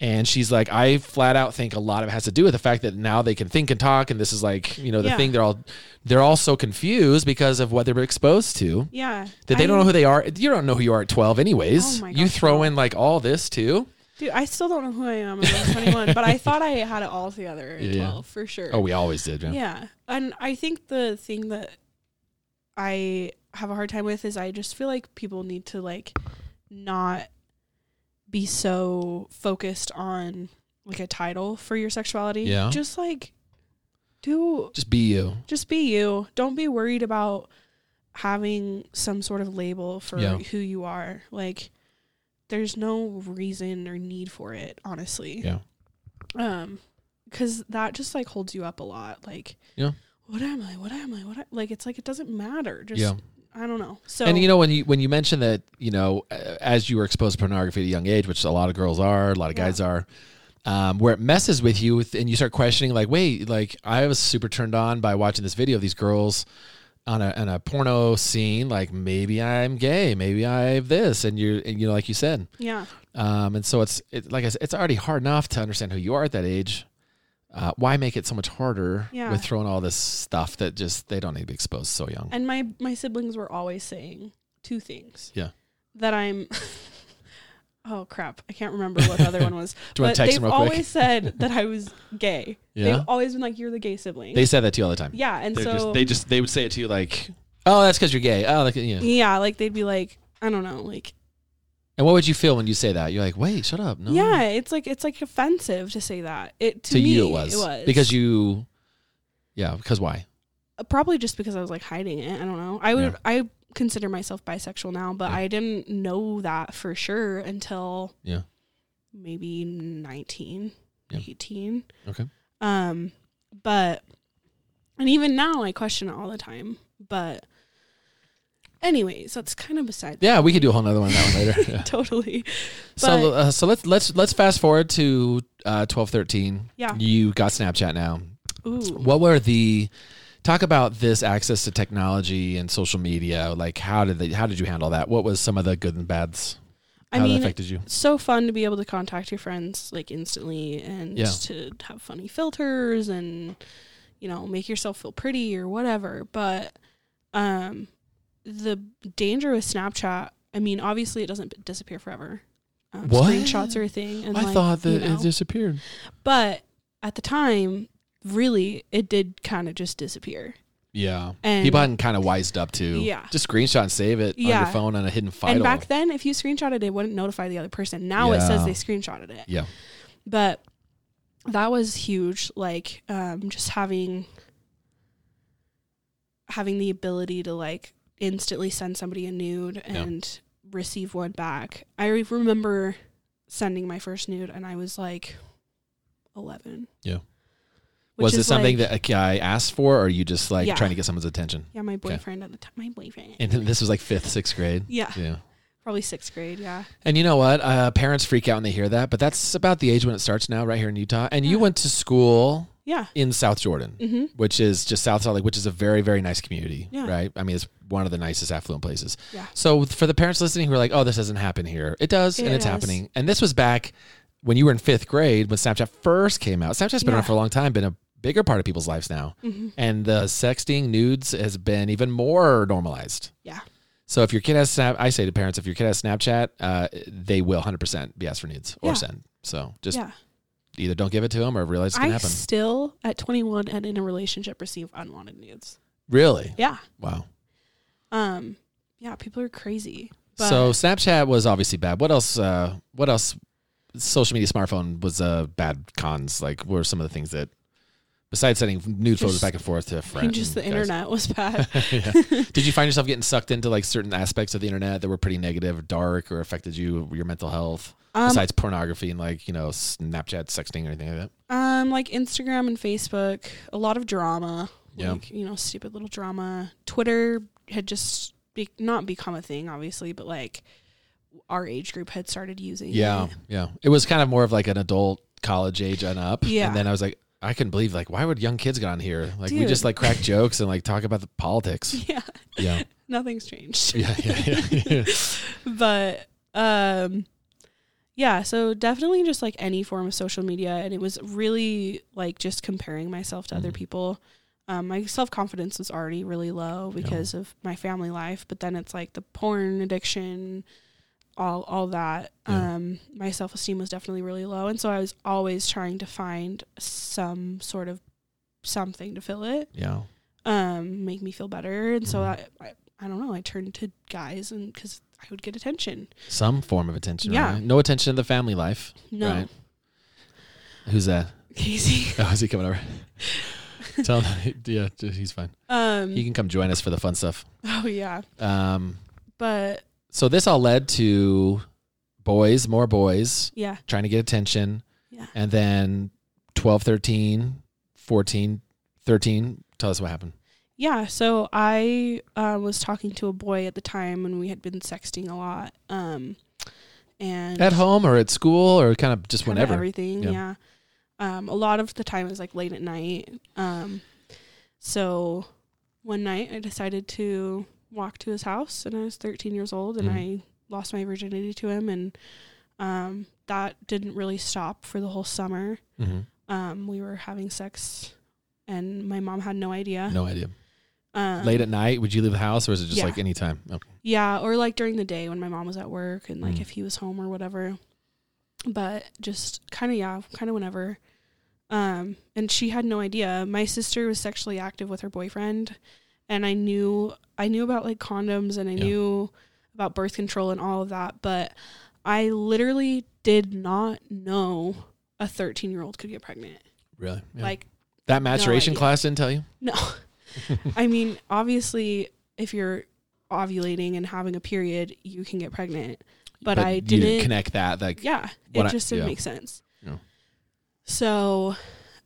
A: And she's like, I flat out think a lot of it has to do with the fact that now they can think and talk. And this is like, you know, the
B: Yeah.
A: thing they're all, they're all so confused because of what they were exposed to
B: Yeah.
A: that they
B: I
A: don't know who they are. You don't know who you are at 12 anyways.
B: Oh my
A: you
B: gosh,
A: throw
B: no.
A: in like all this too.
B: Dude, I still don't know who I am. I'm 21,
A: (laughs)
B: but I thought I had it all together at
A: Yeah.
B: 12 for sure.
A: Oh, we always did. Yeah.
B: yeah. And I think the thing that I have a hard time with is I just feel like people need to like not be so focused on like a title for your sexuality.
A: Yeah.
B: Just like do
A: Just be you.
B: just be you. Don't be worried about having some sort of label for
A: Yeah.
B: who you are. Like there's no reason or need for it, honestly.
A: Yeah.
B: Um cuz that just like holds you up a lot. Like
A: Yeah.
B: What am I? What am I? What I, like it's like it doesn't matter. Just
A: Yeah.
B: I don't know. So
A: and you know when you when you mentioned that you know uh, as you were exposed to pornography at a young age, which a lot of girls are, a lot of
B: Yeah.
A: guys are, um, where it messes with you with, and you start questioning like, wait, like I was super turned on by watching this video of these girls on a on a porno scene. Like maybe I'm gay, maybe I have this, and you and you know like you said,
B: yeah.
A: um, and so it's it, like I said, it's already hard enough to understand who you are at that age. Uh, why make it so much harder
B: Yeah.
A: with throwing all this stuff that just they don't need to be exposed so young?
B: And my my siblings were always saying two things.
A: Yeah.
B: That I'm (laughs) Oh crap. I can't remember what the other
A: (laughs)
B: one was.
A: Do you want to
B: but
A: text
B: they've
A: them real
B: always
A: quick? (laughs)
B: said that I was gay.
A: Yeah?
B: They've always been like, "You're the gay sibling."
A: They said that to you all the time.
B: yeah, and
A: They're
B: so
A: just, they just they would say it to you like, "Oh, that's because you're gay." Oh, like, yeah.
B: yeah, like they'd be like, "I don't know," like
A: And what would you feel when you say that? You're like, "Wait, shut up!" No.
B: yeah, it's like it's like offensive to say that. It to,
A: To
B: me,
A: you, it was. because you. Yeah, because why?
B: Uh, probably just because I was like hiding it. I don't know. I would
A: Yeah.
B: I consider myself bisexual now, but
A: Yeah.
B: I didn't know that for sure until
A: Yeah.
B: maybe 19,
A: Yeah.
B: 18.
A: Okay.
B: Um, but and even now I question it all the time. But anyways, that's kind of beside
A: Yeah, we could do a whole nother one on that one later. (laughs) Yeah.
B: (laughs) totally.
A: so
B: But-
A: uh, so let's let's let's fast forward to uh, twelve thirteen.
B: Yeah.
A: You got Snapchat now.
B: Ooh.
A: What were the talk about this access to technology and social media? Like, how did they, how did you handle that? What was some of the good and bads?
B: I
A: How that
B: mean,
A: affected you?
B: so fun to be able to contact your friends like instantly and
A: Yeah.
B: to have funny filters and you know make yourself feel pretty or whatever but um the danger with snapchat i mean obviously it doesn't disappear forever um,
A: What?
B: screenshots are a thing and
A: I
B: like,
A: thought that
B: you know.
A: it disappeared.
B: but at the time really it did kind of just disappear
A: Yeah.
B: and
A: People hadn't kind of wised up to.
B: Yeah.
A: Just screenshot and save it on your
B: Yeah.
A: phone on a hidden file.
B: and back then if you screenshotted it wouldn't notify the other person now it says
A: Yeah.
B: they screenshotted it
A: yeah.
B: but that was huge like um just having having the ability to like instantly send somebody a nude
A: Yeah.
B: and receive one back i re- remember sending my first nude and i was like 11
A: Yeah.
B: Which
A: was it
B: is, like-
A: something that a guy asked for, or are you just like
B: Yeah.
A: trying to get someone's attention?
B: yeah my boyfriend at the time my boyfriend
A: And this was like fifth, sixth grade.
B: yeah
A: Yeah.
B: probably sixth grade yeah
A: And you know what? Uh, parents freak out when they hear that, but that's about the age when it starts now, right here in Utah. And you
B: Yeah.
A: went to school
B: yeah
A: in South Jordan,
B: mm-hmm
A: which is just South Salt Lake, which is a very, very nice community,
B: Yeah.
A: right? I mean, it's one of the nicest affluent places.
B: Yeah.
A: So for the parents listening who are like, oh, this doesn't happen here, it does, and
B: It
A: it's
B: does.
A: happening. And this was back when you were in fifth grade when Snapchat first came out. Snapchat's been
B: Yeah.
A: around for a long time, been a bigger part of people's lives now.
B: Mhm.
A: And the sexting nudes has been even more normalized.
B: Yeah.
A: So if your kid has Snap, I say to parents, if your kid has Snapchat, uh, they will 100% be asked for nudes or
B: Yeah.
A: send. So just
B: yeah.
A: either don't give it to them or realize it
B: I
A: can happen.
B: still at 21 and in a relationship receive unwanted nudes.
A: Really?
B: Yeah.
A: Wow.
B: Um. Yeah. People are crazy. But
A: so Snapchat was obviously bad. What else? Uh, what else? Social media smartphone was uh, bad cons. Like, what were some of the things that, besides sending nude photos
B: Just-
A: back and forth to friends,
B: and just the
A: and guys- (laughs)
B: internet (laughs) was bad.
A: Yeah. Did you find yourself getting sucked into like certain aspects of the internet that were pretty negative, or dark, or affected you your mental health?
B: Um,
A: besides pornography and like you know Snapchat sexting or anything like that.
B: um, like Instagram and Facebook, a lot of drama.
A: Yeah.
B: Like, you know, stupid little drama. Twitter had just be- not become a thing, obviously, but like our age group had started using
A: Yeah,
B: it.
A: yeah. It was kind of more of like an adult college age and up.
B: Yeah.
A: And then I was like, I couldn't believe like why would young kids get on here? Like we
B: Dude.
A: just like crack jokes and like talk about the
B: (laughs)
A: politics.
B: (laughs) Yeah.
A: yeah.
B: Nothing's changed.
A: Yeah, yeah, yeah, yeah.
B: but um yeah, so definitely just like any form of social media and it was really like just comparing myself to other
A: Mhm.
B: people. Um, my self confidence was already really low because of my family life, but then it's like the porn addiction, all all that.
A: Yeah.
B: Um, my self esteem was definitely really low, and so I was always trying to find some sort of something to fill it
A: Yeah.
B: um, make me feel better. And so
A: Mhm.
B: I, I, I don't know. I turned to guys, and because I would get attention.
A: Some form of attention.
B: Yeah.
A: right? No attention in the family life.
B: No,
A: Right. Who's that?
B: (laughs)
A: (laughs)
B: Casey.
A: Oh, is he
B: (laughs)
A: coming over? Tell him. (laughs) Yeah, he's fine.
B: Um.
A: He can come join us for the fun stuff.
B: oh yeah,
A: Um,
B: but
A: so this all led to boys, more boys,
B: yeah,
A: trying to get attention.
B: Yeah.
A: And then 12, 13, 14, 13. Tell us what happened.
B: yeah. So I uh, was talking to a boy at the time, and we had been sexting a lot. Um, and
A: At home or at school or kind of just
B: Mm. kinda
A: whenever.
B: everything.
A: Yeah.
B: Yeah. Um. A lot of the time it was like late at night. Um. So one night I decided to walk to his house and I was 13 years old and
A: Mhm.
B: I lost my virginity to him and um, that didn't really stop for the whole summer.
A: Mhm.
B: Um, we were having sex and my mom had no idea.
A: No idea.
B: Um,
A: Late at night, would you leave the house or is it just
B: Yeah.
A: like any time? Okay.
B: Yeah, or like during the day when my mom was at work and like
A: Mm.
B: if he was home or whatever. But just kind of yeah, kind of whenever. Um and she had no idea. My sister was sexually active with her boyfriend and I knew I knew about like condoms and I
A: Yeah.
B: knew about birth control and all of that, but I literally did not know a 13-year-old could get pregnant.
A: Really? Yeah.
B: Like
A: that maturation
B: idea.
A: class didn't tell you?
B: no. I mean, obviously, if you're ovulating and having a period, you can get pregnant. But, I
A: you
B: didn't.
A: connect that. Like,
B: yeah,
A: what
B: it
A: I-
B: just didn't
A: yeah.
B: make sense.
A: Yeah.
B: So,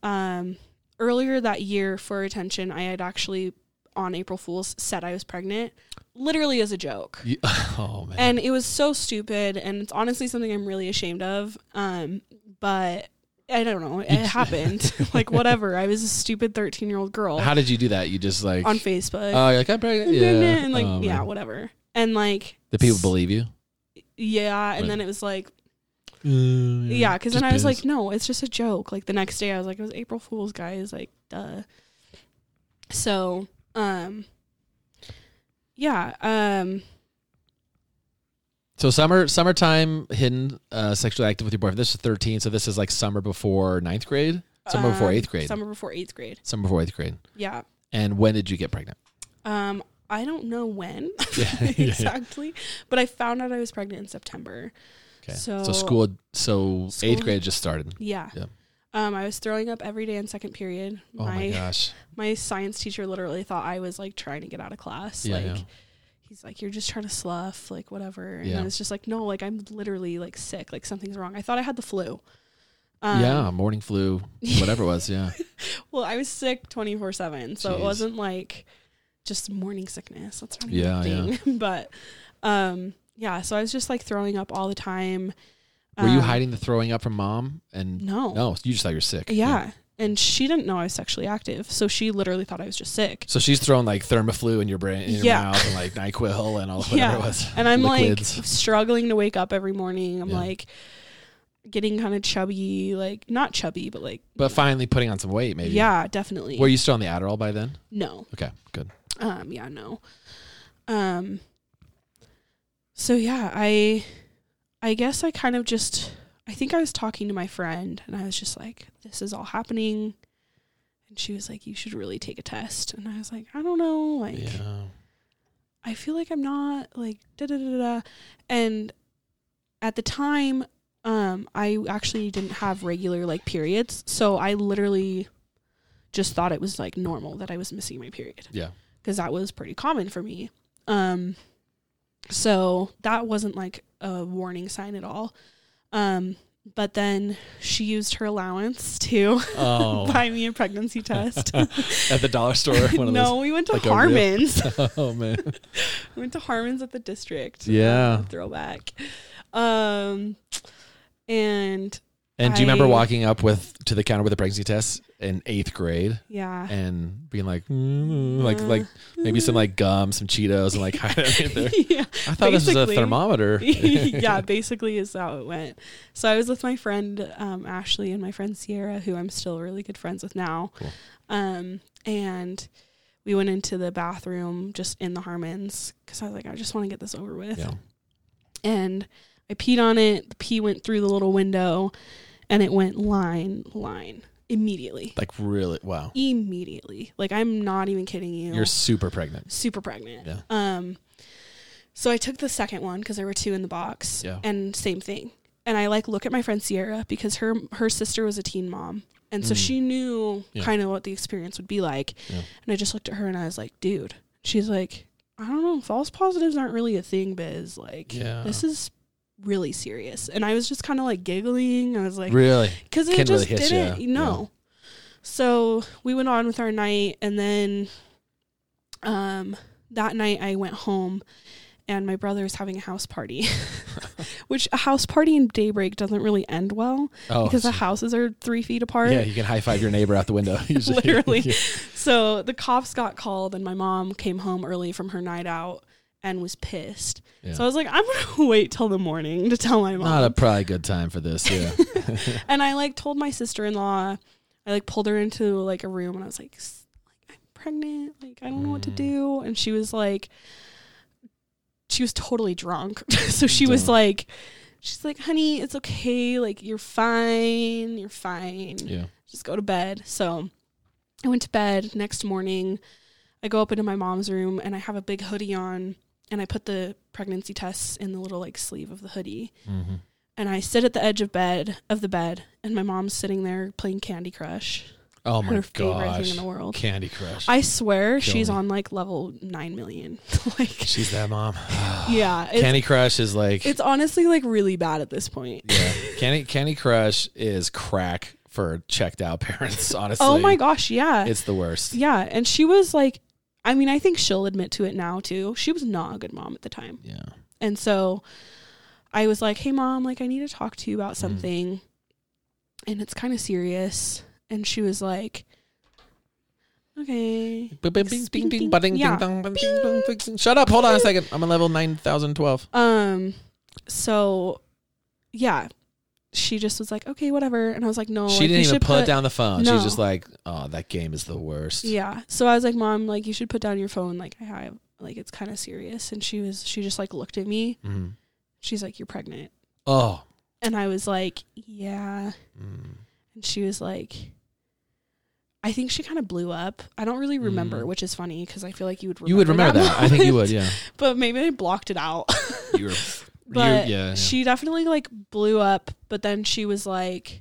B: um, earlier that year for attention, I had actually on April Fool's said I was pregnant, literally as a joke.
A: (laughs) you- oh, man.
B: And it was so stupid, and it's honestly something I'm really ashamed of. Um, but I don't know,
A: (laughs)
B: it happened. like whatever, I was a stupid 13 year old girl
A: How did you do that? You just like.
B: on Facebook.
A: Oh, you're like, I'm pregnant.
B: I'm
A: Yeah.
B: pregnant," and like
A: Oh,
B: yeah
A: man.
B: whatever and like
A: Did people
B: s-
A: believe you?
B: yeah and
A: Right.
B: then it was like
A: Mm,
B: Uh, yeah because then
A: Just
B: i was
A: biz.
B: like no it's just a joke like the next day i was like it was april fool's guys like duh so um yeah um
A: So summer, summertime, hidden, uh, sexually active with your boyfriend. This is 13, so this is like summer before ninth grade, summer before
B: um,
A: eighth grade, summer.
B: summer before eighth grade
A: before eighth grade.
B: yeah
A: And when did you get
B: (laughs)
A: pregnant?
B: um i don't know when
A: Yeah, (laughs)
B: (laughs)
A: yeah, yeah.
B: exactly but i found out i was pregnant in september
A: Okay, so,
B: So-
A: school, so
B: School-
A: eighth grade just started.
B: yeah,
A: Yeah.
B: um i was throwing up every day in second period
A: Oh my, gosh!
B: my science teacher literally thought I was like trying to get out of class.
A: Yeah,
B: like
A: yeah.
B: he's like, You're just trying to slough, like whatever. And
A: Yeah.
B: then it's just like, no, like I'm literally like sick, like something's wrong. I thought I had the flu. Um,
A: yeah, morning flu, whatever it was. Yeah,
B: Well, I was sick twenty four seven. So
A: Jeez.
B: it wasn't like just morning sickness. That's not
A: Yeah,
B: even a thing. (laughs) but um yeah, so I was just like throwing up all the time.
A: were you
B: Um,
A: hiding the throwing up from mom? And
B: No.
A: no, you just thought you were sick.
B: Yeah. And she didn't know I was sexually active. So she literally thought I was just sick.
A: So she's throwing like thermoflu in your brain, in your
B: Yeah.
A: mouth, and like
B: (laughs)
A: Nyquil and all whatever
B: Yeah.
A: it was.
B: and I'm
A: Liquids.
B: like struggling to wake up every morning. I'm
A: Yeah.
B: like, getting kind of chubby, like not chubby, but like
A: But finally putting on some weight, maybe.
B: yeah, definitely.
A: Were you still on the Adderall by then?
B: no.
A: Okay, good.
B: Um, yeah, no. Um so yeah, I I guess I kind of just I think I was talking to my friend and I was just like, This is all happening and she was like, You should really take a test and I was like, I don't know, like
A: yeah.
B: I feel like I'm not like da da da da. And at the time, um, I actually didn't have regular like periods, so I literally just thought it was like normal that I was missing my period. (laughs)
A: Yeah.
B: because that was pretty common for me. Um, so that wasn't like a warning sign at all. Um, but then she used her allowance to
A: Oh.
B: (laughs) buy me
A: (laughs)
B: a pregnancy test.
A: At the dollar
B: (laughs)
A: store, one of
B: no, we went to
A: like a real-
B: Harmons.
A: those. (laughs) Oh man.
B: I went to Harmon's at the district.
A: Yeah.
B: Um, throwback. Um, and
A: And do you remember
B: I-
A: walking up with to the counter with a pregnancy test in eighth grade
B: yeah.
A: and being like, mm, like, like maybe some like gum, some Cheetos, and like (laughs) hide it in there.
B: (laughs) yeah.
A: I thought this was a
B: Basically.
A: thermometer.
B: (laughs) yeah, basically is how it went. So I was with my friend um, Ashley and my friend Sierra, who I'm still really good friends with now.
A: Cool.
B: Um, and we went into the bathroom just in the Harmons because I was like, I just want to get this over
A: (laughs)
B: with.
A: Yeah.
B: And I peed on it. The pee went through the little window, and it went line line immediately.
A: Like really, wow.
B: Immediately, like I'm not even kidding you
A: You're super pregnant.
B: super pregnant.
A: Yeah.
B: Um, so I took the second one because there were two in the box.
A: Yeah.
B: And same thing. And I like look at my friend Sierra because her her sister was a teen mom, and so
A: Mm.
B: she knew
A: Yeah.
B: kind of what the experience would be like.
A: Yeah.
B: And I just looked at her and I was like, "Dude," she's like, "I don't know. False positives aren't really a thing, Biz. Like,
A: Yeah.
B: this is." really serious and i was just kind of like giggling i was like
A: really?
B: because it
A: Can really
B: just
A: hit ya,
B: didn't you know so we went on with our night and then um that night i went home and my brother was having a house party (laughs) which a house party in daybreak doesn't really end well
A: Oh,
B: because the houses are three feet apart
A: yeah. You can high five your neighbor out the window. (laughs) Usually.
B: Literally.
A: Yeah.
B: so the cops got called and my mom came home early from her night out and was pissed
A: Yeah.
B: so i was like i'm gonna (laughs) wait till the morning to tell my mom
A: Not a probably good time for this.
B: (laughs)
A: Yeah. (laughs)
B: and I like told my sister in law, I like pulled her into like a room and I was like, "S- like I'm pregnant, like I don't know what to
A: Mm.
B: do, and she was like, she was totally drunk, (laughs) so she was
A: Duh.
B: like, she's like, honey, it's okay, like you're fine, you're fine,
A: yeah.
B: just go to bed. So I went to bed next morning. I go up into my mom's room and I have a big hoodie on and I put the pregnancy tests in the little like sleeve of the hoodie
A: Mm-hmm.
B: and I sit at the edge of bed of the bed, and my mom's sitting there playing Candy Crush,
A: Oh my
B: her favorite thing
A: gosh.
B: in the world.
A: Candy Crush.
B: I swear
A: Kill
B: she's
A: me.
B: on like level nine million. (laughs) like,
A: She's that mom.
B: (sighs)
A: (sighs)
B: yeah, it's,
A: Candy Crush is like
B: it's honestly like really bad at this point.
A: yeah. Candy Candy Crush is crack for checked out parents. (laughs) Honestly,
B: (laughs) oh my gosh, yeah,
A: it's the worst.
B: yeah. And she was like, I mean, I think she'll admit to it now too. She was not a good mom at the time.
A: Yeah,
B: And so I was like, hey, mom, like, I need to talk to you
A: Mm.
B: about something. And it's kind of serious. And she was like, okay.
A: Bing, bing, bing, bing,
B: Bing,
A: bing, ba-ding,
B: yeah.
A: ding, dong, bing, ding, dong, ding, ding. Shut up! Hold on a second. I'm on level nine thousand twelve.
B: Um, so yeah, she just was like, okay, whatever. And I was like, no,
A: she
B: Oh, like,
A: didn't
B: you
A: even
B: should
A: put, down the phone.
B: No.
A: She's just like, "Oh, that game is the worst."
B: Yeah. So I was like, mom, like, you should put down your phone. Like, I have, like, it's kind of serious. And she was, she just like looked at me.
A: Mhm.
B: She's like, you're pregnant.
A: Oh.
B: And I was like, yeah.
A: Mm.
B: And she was like, I think she kind of blew up. I don't really remember,
A: Mm.
B: which is funny because I feel like you would remember
A: You would remember that. I think you would. (laughs)
B: moment.
A: Yeah.
B: (laughs) But maybe I blocked it out. (laughs)
A: You were.
B: but
A: you, yeah, yeah.
B: she definitely like blew up. But then she was like,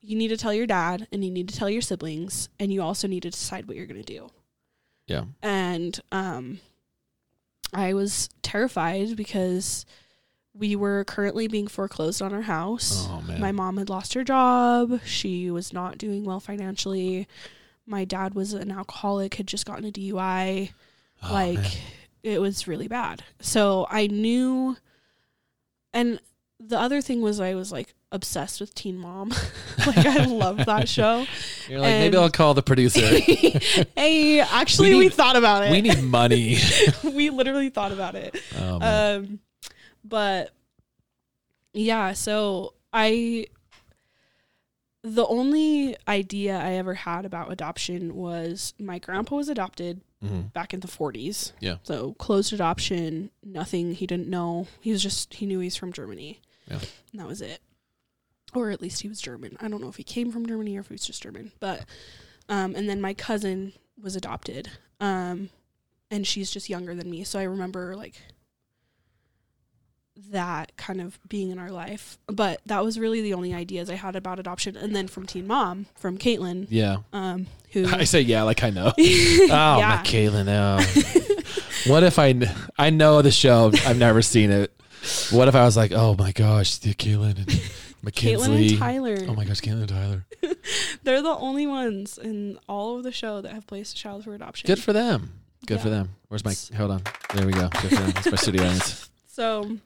B: you need to tell your dad and you need to tell your siblings and you also need to decide what you're going to do.
A: Yeah.
B: And um, I was terrified because we were currently being foreclosed on our house.
A: (laughs) Oh man.
B: My mom had lost her job. She was not doing well financially. My dad was an alcoholic, had just gotten a DUI.
A: Oh,
B: like,
A: man.
B: it was really bad. So I knew. And the other thing was, I was like obsessed with Teen Mom. (laughs) like, I
A: (laughs)
B: love that show.
A: you're like maybe
B: and-
A: I'll call the
B: (laughs)
A: producer.
B: hey, actually,
A: We
B: we,
A: need-
B: thought about it.
A: we need
B: (laughs)
A: money.
B: we literally Uh, thought about it.
A: Oh man.
B: Um, but Um, yeah, so I the only idea I ever had about adoption was my grandpa was adopted
A: Mhm.
B: back in the 40s.
A: Yeah.
B: So closed adoption, nothing. He didn't know. He was just, he knew he's from Germany.
A: Yeah.
B: And that was it. Or at least he was German. I don't know if he came from Germany or if he was just German. But, um, and then my cousin was adopted. Um, and she's just younger than me. So I remember like that kind of being in our life. But that was really the only ideas I had about adoption. And then from Teen Mom, from Caitlin,
A: Yeah.
B: um,
A: (laughs)
B: who.
A: I say yeah, like I
B: (laughs)
A: know. Oh, my
B: yeah.
A: Caitlin.
B: (laughs)
A: Oh. what if I kn- I know the show? I've never seen it. What if I was like, oh my gosh, the Caitlin and
B: (laughs) Caitlin
A: McKinsley.
B: and Tyler.
A: Oh my gosh, Caitlin and Tyler.
B: They're the only ones in all of the show that have placed a child for adoption.
A: Good for them. Good for
B: Yeah.
A: them. Where's my? Hold on. There we go. Good for them. That's my
B: (laughs)
A: studio audience.
B: so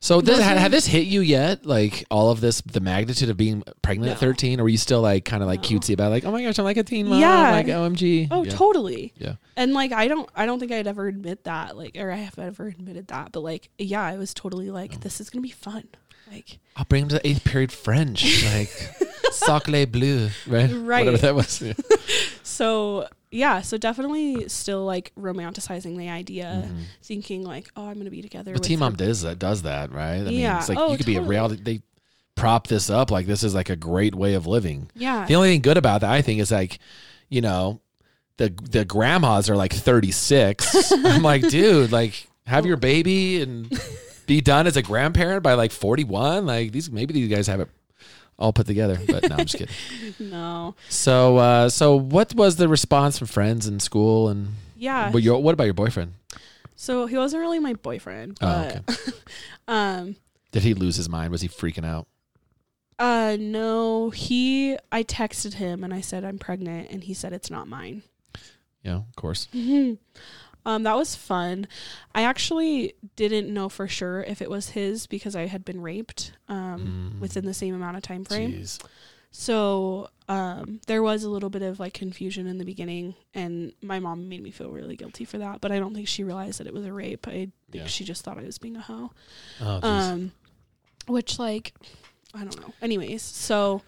A: So this,
B: Those
A: had,
B: are-
A: had this hit you yet? Like all of this, the magnitude of being pregnant at
B: No.
A: thirteen, or were you still like kind of like
B: No.
A: cutesy about like, oh my gosh, I'm like a teen mom,
B: Yeah.
A: like OMG.
B: oh
A: yeah.
B: totally.
A: Yeah.
B: And like I don't I don't think I'd ever admit that, like or I have ever admitted that, but like yeah, I was totally like, this is gonna be fun. Like
A: I'll bring him to the eighth period French,
B: (laughs)
A: like sacre bleu, right?
B: Right.
A: Whatever that was. Yeah.
B: so yeah, so definitely still like romanticizing the idea, thinking like, oh I'm gonna be together
A: But
B: with
A: Mm-hmm. Team
B: her
A: Mom does that, does that, right? I mean,
B: Yeah.
A: it's like
B: Oh,
A: you could be a
B: totally.
A: reality. They prop this up like this is like a great way of living.
B: Yeah.
A: The only thing good about that, I think, is like, you know, the the grandmas are like
B: (laughs)
A: 36. I'm like, dude, like have your baby and be done as a grandparent by like 41. Like these, maybe these guys have it all put together. But no, I'm just
B: (laughs)
A: kidding.
B: (laughs) no.
A: So, uh, so what was the response from friends in school and?
B: Yeah.
A: But your, what about your boyfriend?
B: so he wasn't really my boyfriend,
A: Oh,
B: but (laughs) um
A: Did he lose his mind? Was he freaking out?
B: Uh no, he I texted him and I said I'm pregnant and he said it's not mine.
A: Yeah, of course.
B: um that was fun. I actually didn't know for sure if it was his because I had been raped um
A: Mm.
B: within the same amount of time frame.
A: Jeez.
B: So, um there was a little bit of like confusion in the beginning and my mom made me feel really guilty for that, but I don't think she realized that it was a rape. I think
A: Yeah.
B: she just thought I was being a hoe.
A: Oh, jeez.
B: Um, which like, I don't know. Anyways, so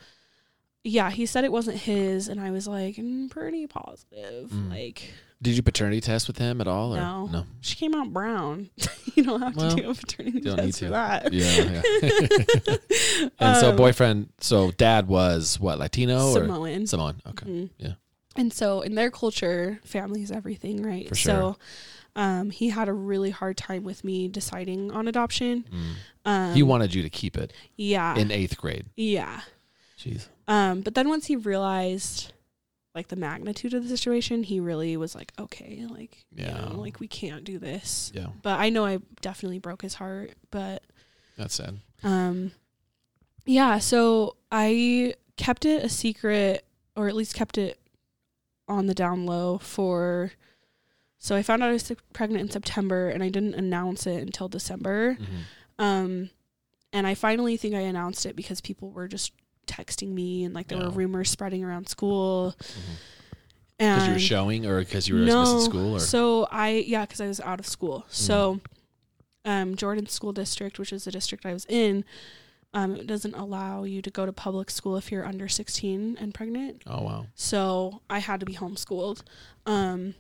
B: yeah, he said it wasn't his, and I was like, mm, pretty positive.
A: Mm.
B: Like,
A: Did you paternity test with him at all? Or?
B: No. she came out brown. (laughs) you don't have
A: Well,
B: to do a paternity
A: don't
B: test
A: need to.
B: for that.
A: Yeah. yeah.
B: (laughs)
A: (laughs) and so
B: Um,
A: boyfriend, so dad was what Latino or
B: Samoan.
A: Samoan? Okay.
B: Mhm.
A: Yeah.
B: And so in their culture, family is everything, right?
A: For
B: So um, he had a really hard time with me deciding on adoption.
A: Mm.
B: Um,
A: he wanted you to keep it
B: yeah,
A: in eighth grade.
B: yeah.
A: Jeez.
B: Um, but then once he realized like the magnitude of the situation, he really was like, okay, like,
A: Yeah.
B: you know, like we can't do this.
A: Yeah,
B: But I know I definitely broke his heart. But
A: that's sad.
B: um, yeah, so I kept it a secret, or at least kept it on the down low for. So I found out I was pregnant in September, and I didn't announce it until December.
A: Mm-hmm.
B: Um, and I finally think I announced it because people were just texting me and like there
A: Yeah.
B: were rumors spreading around school.
A: Because
B: And
A: you were showing, or because you were
B: no,
A: missing school, or
B: so I yeah, because I was out of school.
A: Mm-hmm.
B: So, um, Jordan School District, which is the district I was in, um, it doesn't allow you to go to public school if you're under 16 and pregnant.
A: oh wow,
B: So I had to be homeschooled, um,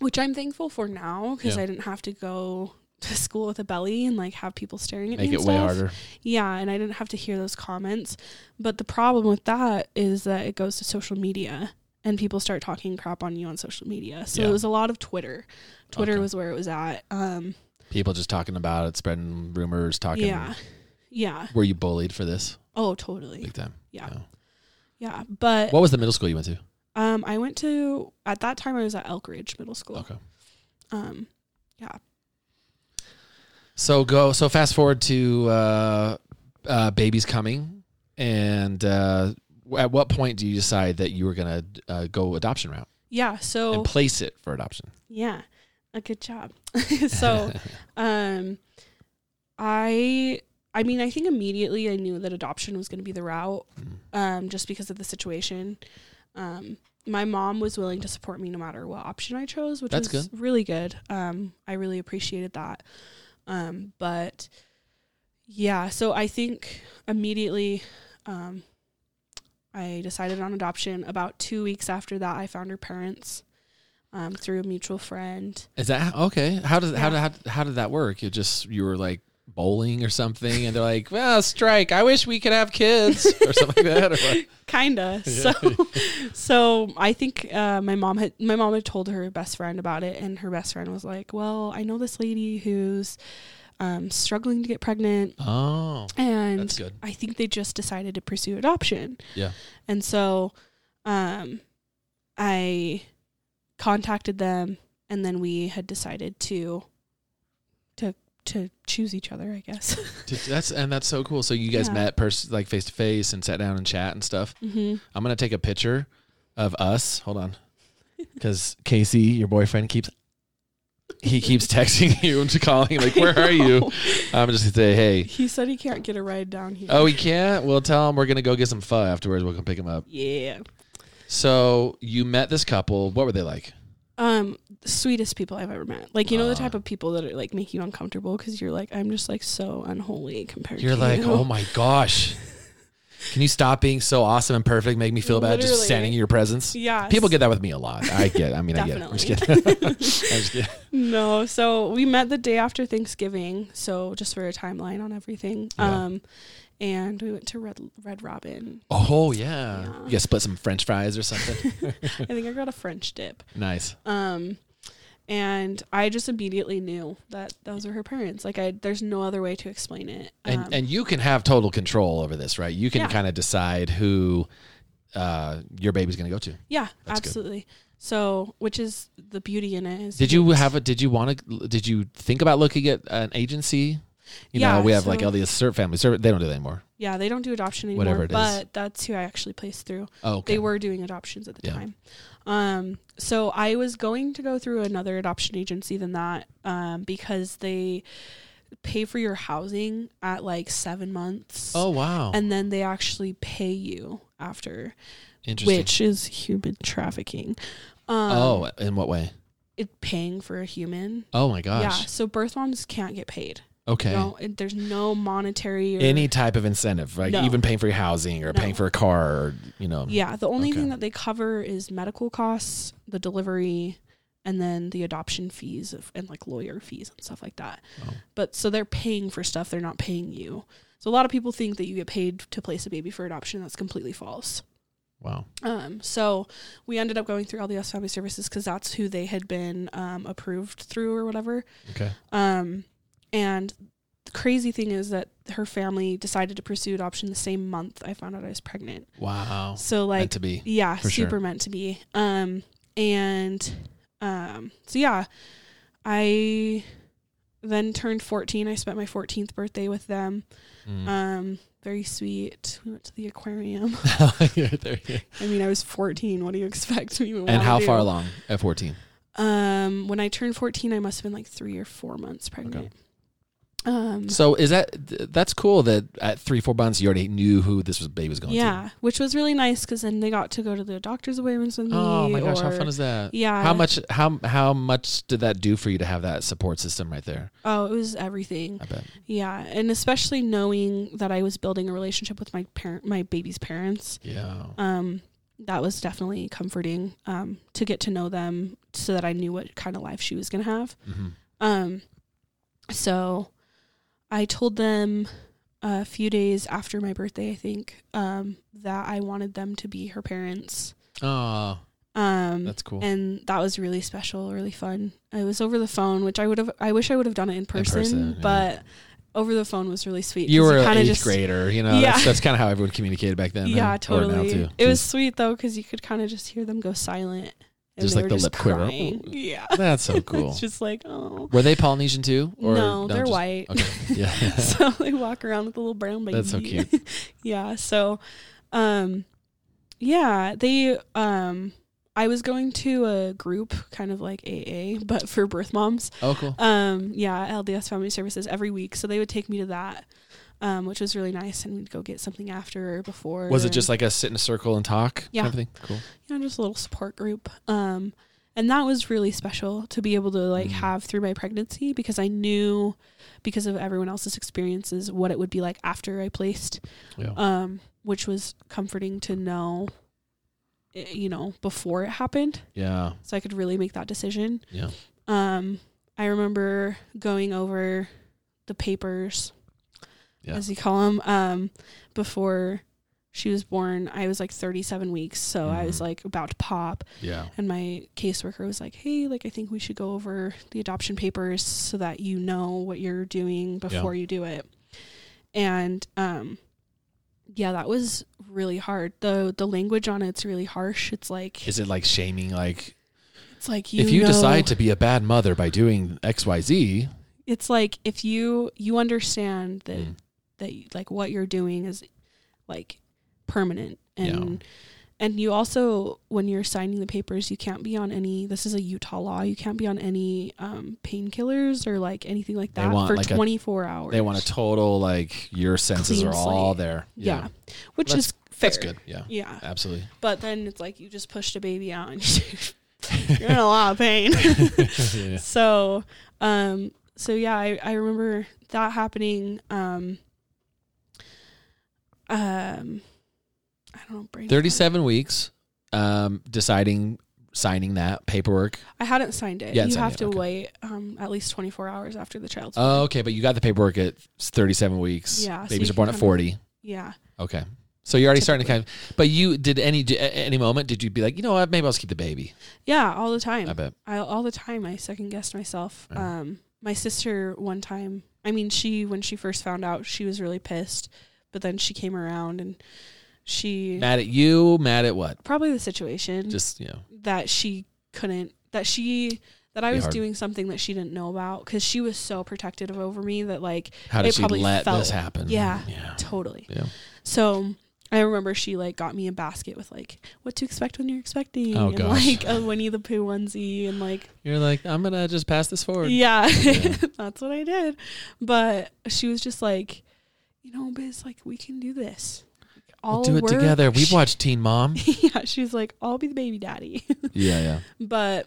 B: which I'm thankful for now because
A: Yeah.
B: I didn't have to go to school with a belly and like have people staring at
A: make
B: me.
A: it
B: and
A: way
B: stuff.
A: harder.
B: Yeah, and I didn't have to hear those comments. But the problem with that is that it goes to social media and people start talking crap on you on social media. So
A: Yeah.
B: it was a lot of Twitter. Twitter
A: Okay.
B: was where it was at. Um
A: People just talking about it, spreading rumors, talking.
B: yeah. Yeah.
A: Were you bullied for this
B: Oh, totally.
A: big time?
B: Yeah.
A: yeah.
B: Yeah, but
A: What was the middle school you went to?
B: um I went to at that time I was at Elkridge Middle School.
A: Okay.
B: Um
A: So go. So fast forward to uh, uh, baby's coming, and uh, w- at what point do you decide that you were gonna uh, go adoption route
B: yeah, so
A: and place it for adoption?
B: Yeah, a good job. (laughs)
A: (laughs)
B: so, um, I, I mean, I think immediately I knew that adoption was going to be the route, um, just because of the situation. Um, my mom was willing to support me no matter what option I chose, which
A: That's
B: was really good. Um, I really appreciated that. Um, but Yeah, so I think immediately um, I decided on adoption. About two weeks after that, I found her parents um, through a mutual friend.
A: Is that okay? How does how,
B: Yeah.
A: did- how how did that work? You just you were like bowling or something, and they're like, "Well, strike! I wish we could have kids (laughs) or something like that." Or what? (laughs)
B: Kinda. So, so I think uh, my mom had my mom had told her best friend about it, and her best friend was like, "Well, I know this lady who's um, struggling to get pregnant,
A: Oh,
B: and
A: That's good.
B: I think they just decided to pursue adoption.
A: Yeah.
B: And so um I contacted them and then we had decided to to to choose each other, I guess.
A: Did- that's and that's so cool. So you guys
B: Yeah.
A: met pers- like face to face and sat down and chat and stuff.
B: (laughs) mm-hmm.
A: I'm gonna take a picture of us. Hold on, because Casey, your boyfriend, keeps he keeps (laughs) texting you and calling like, "Where are you?" I'm just gonna say, "Hey."
B: (laughs) He said he can't get a ride down here.
A: Oh, we can't. We'll tell him we're gonna go get some pho afterwards. We'll come pick him up.
B: yeah.
A: So you met this couple. What were they like?
B: Um sweetest people I've ever met. Like you know
A: Uh.
B: the type of people that are like make you uncomfortable cuz you're like I'm just like so unholy compared
A: You're
B: to
A: like,
B: you.
A: oh
B: (laughs)
A: my gosh. Can you stop being so awesome and perfect? Make me feel bad just
B: Literally.
A: standing in your presence.
B: Yeah.
A: People get that with me a lot. I get. I mean, I get. It. I'm just kidding. (laughs) I'm
B: (laughs)
A: just kidding.
B: No, so we met the day after Thanksgiving, so just for a timeline on everything.
A: Yeah.
B: Um and we went to Red Red Robin.
A: Oh yeah.
B: Yeah.
A: You guys split some French fries or
B: (laughs)
A: something.
B: I think I got a French dip.
A: nice.
B: Um and I just immediately knew that those were her parents. Like I there's no other way to explain it.
A: And
B: um,
A: and you can have total control over this, right? You can
B: Yeah.
A: kind of decide who uh, your baby's going to go to.
B: yeah,
A: that's good.
B: absolutely. So, which is the beauty in it is
A: Did you
B: it's-
A: have a? Did you want to? Did you think about looking at an agency? You
B: Yeah,
A: know, we have like
B: so-
A: all these cert families. They don't do that anymore.
B: Yeah, they don't do adoption anymore,
A: Whatever it is.
B: but that's who I actually placed through.
A: Oh, okay.
B: they were doing adoptions at the
A: Yeah.
B: time. Um, so I was going to go through another adoption agency than that um, because they pay for your housing at like seven months.
A: Oh wow!
B: And then they actually pay you after,
A: Interesting.
B: which is human trafficking. Um,
A: oh, in what way?
B: it paying for a human.
A: Oh my
B: Yeah,
A: gosh.
B: so birth moms can't get paid.
A: Okay.
B: No, it- there's no monetary. Or,
A: Any type of incentive, like
B: No.
A: even paying for your housing or
B: No.
A: paying for a car, or you know.
B: Yeah, the only
A: Okay.
B: thing that they cover is medical costs, the delivery, and then the adoption fees of, and like lawyer fees and stuff like that.
A: Oh.
B: But so they're paying for stuff, they're not paying you. So a lot of people think that you get paid to place a baby for adoption. That's completely false.
A: Wow.
B: Um, so we ended up going through LDS Family Services because that's who they had been um, approved through or whatever.
A: Okay.
B: Um, and the crazy thing is that her family decided to pursue adoption the same month I found out I was pregnant.
A: Wow.
B: So like
A: Meant to be.
B: yeah
A: For sure.
B: super meant to be um and um so yeah i then turned 14 i spent my 14th birthday with them
A: Mm.
B: um very sweet we went to the aquarium
A: (laughs)
B: (laughs)
A: You're there.
B: i mean i was 14 what do you expect me to
A: and how
B: do?
A: far along at fourteen?
B: um when i turned 14 i must have been like three or four months pregnant um
A: So is that th- that's cool that at three four months you already knew who this was baby was going
B: yeah which was really nice because then they got to go to the doctor's appointments with
A: to.
B: me
A: Oh my gosh, how
B: or-
A: fun is that?
B: yeah
A: How much how how much did that do for you to have that support system right there?
B: oh it was everything
A: I bet.
B: Yeah, and especially knowing that I was building a relationship with my parent, my baby's parents,
A: Yeah.
B: um, that was definitely comforting um, to get to know them, so that I knew what kind of life she was gonna have.
A: hmm
B: Um, so I told them a few days after my birthday, I think, um, that I wanted them to be her parents.
A: Oh,
B: Um,
A: that's cool.
B: and that was really special, really fun. It was over the phone, which I would have. I wish I would have done it in person,
A: person, yeah.
B: but over the phone was really sweet.
A: you
B: 'cause
A: were an
B: kinda
A: eighth grader, you know.
B: Yeah.
A: That's, that's kind of how everyone communicated back then.
B: Yeah,
A: huh? Or now,
B: totally.
A: too.
B: It was sweet though because you could kind of just hear them go silent. and
A: Just
B: they
A: like
B: were
A: the lip quiver.
B: crying. (laughs) Yeah,
A: (laughs) that's so cool.
B: (laughs) it's just like oh
A: Were they Polynesian too?
B: no, they're
A: just-
B: white.
A: (laughs) Okay. (laughs) Yeah.
B: (laughs) so they walk around with a little brown baby.
A: That's so cute.
B: (laughs) yeah. So, um, yeah, they um, I was going to a group kind of like AA, but for birth moms.
A: Oh, cool.
B: Um, yeah, LDS Family Services every week. So they would take me to that, um, which was really nice, and we'd go get something after or before.
A: Was it
B: and-
A: just like a sit in a circle and talk?
B: Yeah.
A: Kind of thing? Cool.
B: you know, just a little support group? Um, and that was really special to be able to like
A: Mhm.
B: have through my pregnancy because I knew because of everyone else's experiences what it would be like after I placed
A: Yeah.
B: um which was comforting to know eh, you know before it happened
A: yeah.
B: so I could really make that decision
A: Yeah.
B: um I remember going over the papers
A: Yeah.
B: as you call them um before she was born I was like 37 weeks so I was
A: Mhm.
B: like about to pop
A: Yeah.
B: and my caseworker was like, "Hey, like I think we should go over the adoption papers so that you know what you're doing before you do it." And um yeah, that was really hard. The the language on it's really harsh. It's like
A: Is it like shaming? Like,
B: it's like you
A: if you
B: know-
A: decide to be a bad mother by doing X, Y, Z,
B: it's like if you you understand that
A: Mm.
B: that you- like what you're doing is like permanent and and you also when you're signing the papers you can't be on any this is a Utah law you can't be on any um painkillers or like anything like
A: They
B: that
A: want,
B: for
A: like, a-
B: 24 hours
A: they want a total like your senses
B: Clean
A: are all
B: slate.
A: there.
B: yeah. which
A: That's-
B: is fair
A: That's good. Yeah.
B: yeah
A: Absolutely.
B: but then it's like you just pushed a baby out and (laughs) you're in a lot of pain
A: (laughs) yeah.
B: So, um, so yeah, I, I remember that happening. Um, um, I don't know. brain-
A: 37 weeks um deciding signing that paperwork.
B: I hadn't signed it.
A: Yeah,
B: you
A: signed
B: have
A: it,
B: to
A: okay.
B: wait um, at least 24 hours after the child's born.
A: Oh, okay, but you got the paperwork at 37 weeks.
B: Yeah, so
A: Babies
B: you
A: are born
B: can
A: at
B: kinda-
A: 40.
B: yeah.
A: Okay. So you're already starting to kind of but you did any d- at any moment did you be like, "You know what? Maybe I'll just keep the baby."
B: Yeah. All the time.
A: I bet.
B: I all the time I second guessed myself.
A: Yeah.
B: Um, my sister one time, I mean, she when she first found out, she was really pissed, but then she came around and she
A: Mad at you, mad at what?
B: probably the situation
A: Just, you know.
B: that she couldn't that she that I
A: Be
B: was
A: hard.
B: doing something that she didn't know about because she was so protective over me that like
A: How did
B: It
A: she
B: probably
A: let
B: felt-
A: this happen?
B: yeah.
A: Yeah.
B: totally.
A: Yeah.
B: So I remember she like got me a basket with like what to expect when you're expecting
A: Oh,
B: and
A: gosh.
B: like a Winnie the Pooh onesie and like
A: You're like, "I'm going to just pass this forward."
B: yeah,
A: Yeah.
B: (laughs) that's what I did. But she was just like, you know, Biz, like we can do this.
A: We'll
B: All
A: do it
B: work-
A: together.
B: (laughs)
A: We've watched Teen Mom.
B: yeah, she's like, I'll be the baby daddy. (laughs)
A: yeah, yeah.
B: but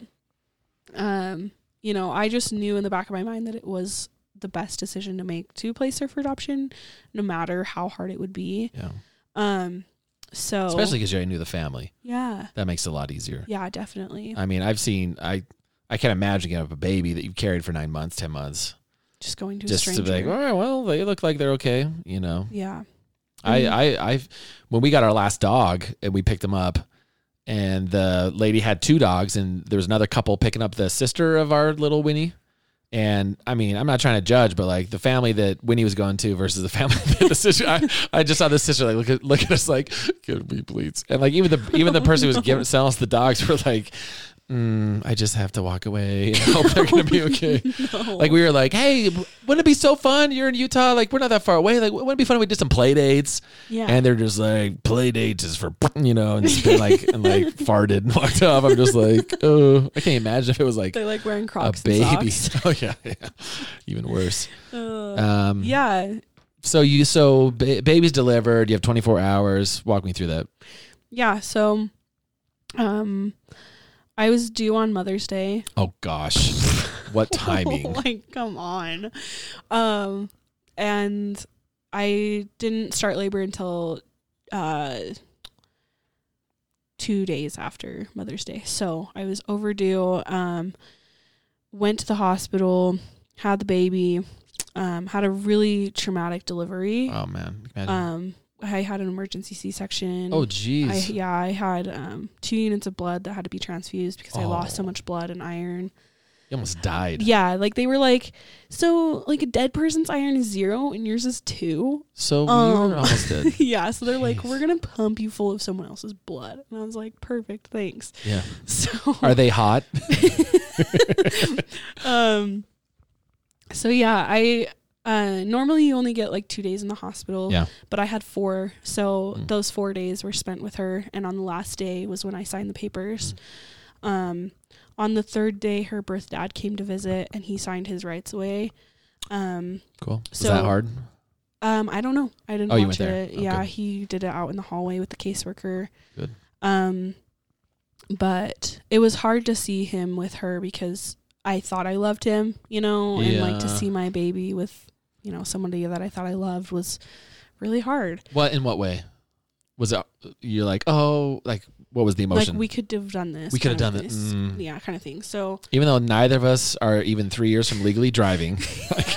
B: um you know i just knew in the back of my mind that it was the best decision to make to place her for adoption no matter how hard it would be
A: Yeah.
B: um so
A: Especially cuz you already knew the family.
B: yeah
A: That makes it a lot easier.
B: yeah definitely
A: I mean, I've seen I I can't imagine getting up a baby that you've carried for nine months, ten months,
B: just going to
A: just
B: a
A: to
B: stranger
A: be like, all right, well, they look like they're okay, you know. (laughs)
B: yeah (laughs)
A: I
B: Mhm.
A: I I when we got our last dog and we picked him up, and the lady had two dogs, and there was another couple picking up the sister of our little Winnie. And I mean, I'm not trying to judge, but like the family that Winnie was going to versus the family (laughs) that the sister, I, I just saw the sister like look at look at us like, could we please? And like even the even the
B: Oh,
A: person who
B: no.
A: was giving selling us the dogs were like, mm, I just have to walk away (laughs) and hope they're gonna be okay.
B: no.
A: Like we were like, hey, wouldn't it be so fun? You're in Utah, like we're not that far away. Like wouldn't it be fun if we did some play dates?
B: yeah
A: And they're just like, play dates is for (laughs) you know, and spit like and
B: (laughs)
A: like farted and walked off. I'm just like, oh, I can't imagine if it was like
B: they like wearing
A: a
B: crocs
A: baby. (laughs)
B: and socks.
A: Oh yeah, yeah, even worse.
B: Ugh.
A: Um,
B: yeah
A: So you so ba- baby's delivered. You have 24 hours. Walk me through that.
B: yeah so um i was due on mother's day
A: (laughs) Oh gosh,
B: (laughs)
A: what timing?
B: like, come on. Um, and I didn't start labor until uh, two days after Mother's Day. So I was overdue. Um, went to the hospital, had the baby, um, had a really traumatic delivery.
A: Oh man, imagine.
B: Um, I had an emergency C section.
A: oh geez.
B: I, yeah, I had um, two units of blood that had to be transfused because I lost so
A: Oh.
B: much blood and iron.
A: you almost died.
B: Yeah, like they were like, so like a dead person's iron is zero and yours is two. (laughs)
A: So you
B: Um,
A: were almost
B: (laughs)
A: dead.
B: yeah, so they're like,
A: Jeez.
B: we're gonna pump you full of someone else's blood, and I was like, perfect, thanks. (laughs)
A: Yeah.
B: So
A: Are they hot?
B: (laughs) um, so yeah, I uh normally you only get like two days in the hospital.
A: Yeah.
B: but I had four, so
A: Mm.
B: those four days were spent with her, and on the last day was when I signed the papers.
A: Mm.
B: Um, on the third day, her birth dad came to visit, and he signed his rights away. Um.
A: Cool. Was
B: So-
A: that hard?
B: Um, I don't know. I didn't
A: Oh, you
B: watch
A: went there.
B: it.
A: Oh,
B: yeah,
A: good.
B: he did it out in the hallway with the caseworker.
A: Good.
B: Um, but it was hard to see him with her because I thought I loved him, you know, and like to
A: Yeah.
B: see my baby with, you know, somebody that I thought I loved was really hard.
A: What in what way? Was it you're like, oh, like what was the emotion?
B: Like we could have done this.
A: We could have
B: kind of
A: done it.
B: this,
A: Mm.
B: Yeah, kind of thing. So
A: Even though neither of us are even three years from legally
B: (laughs)
A: driving, (laughs) like,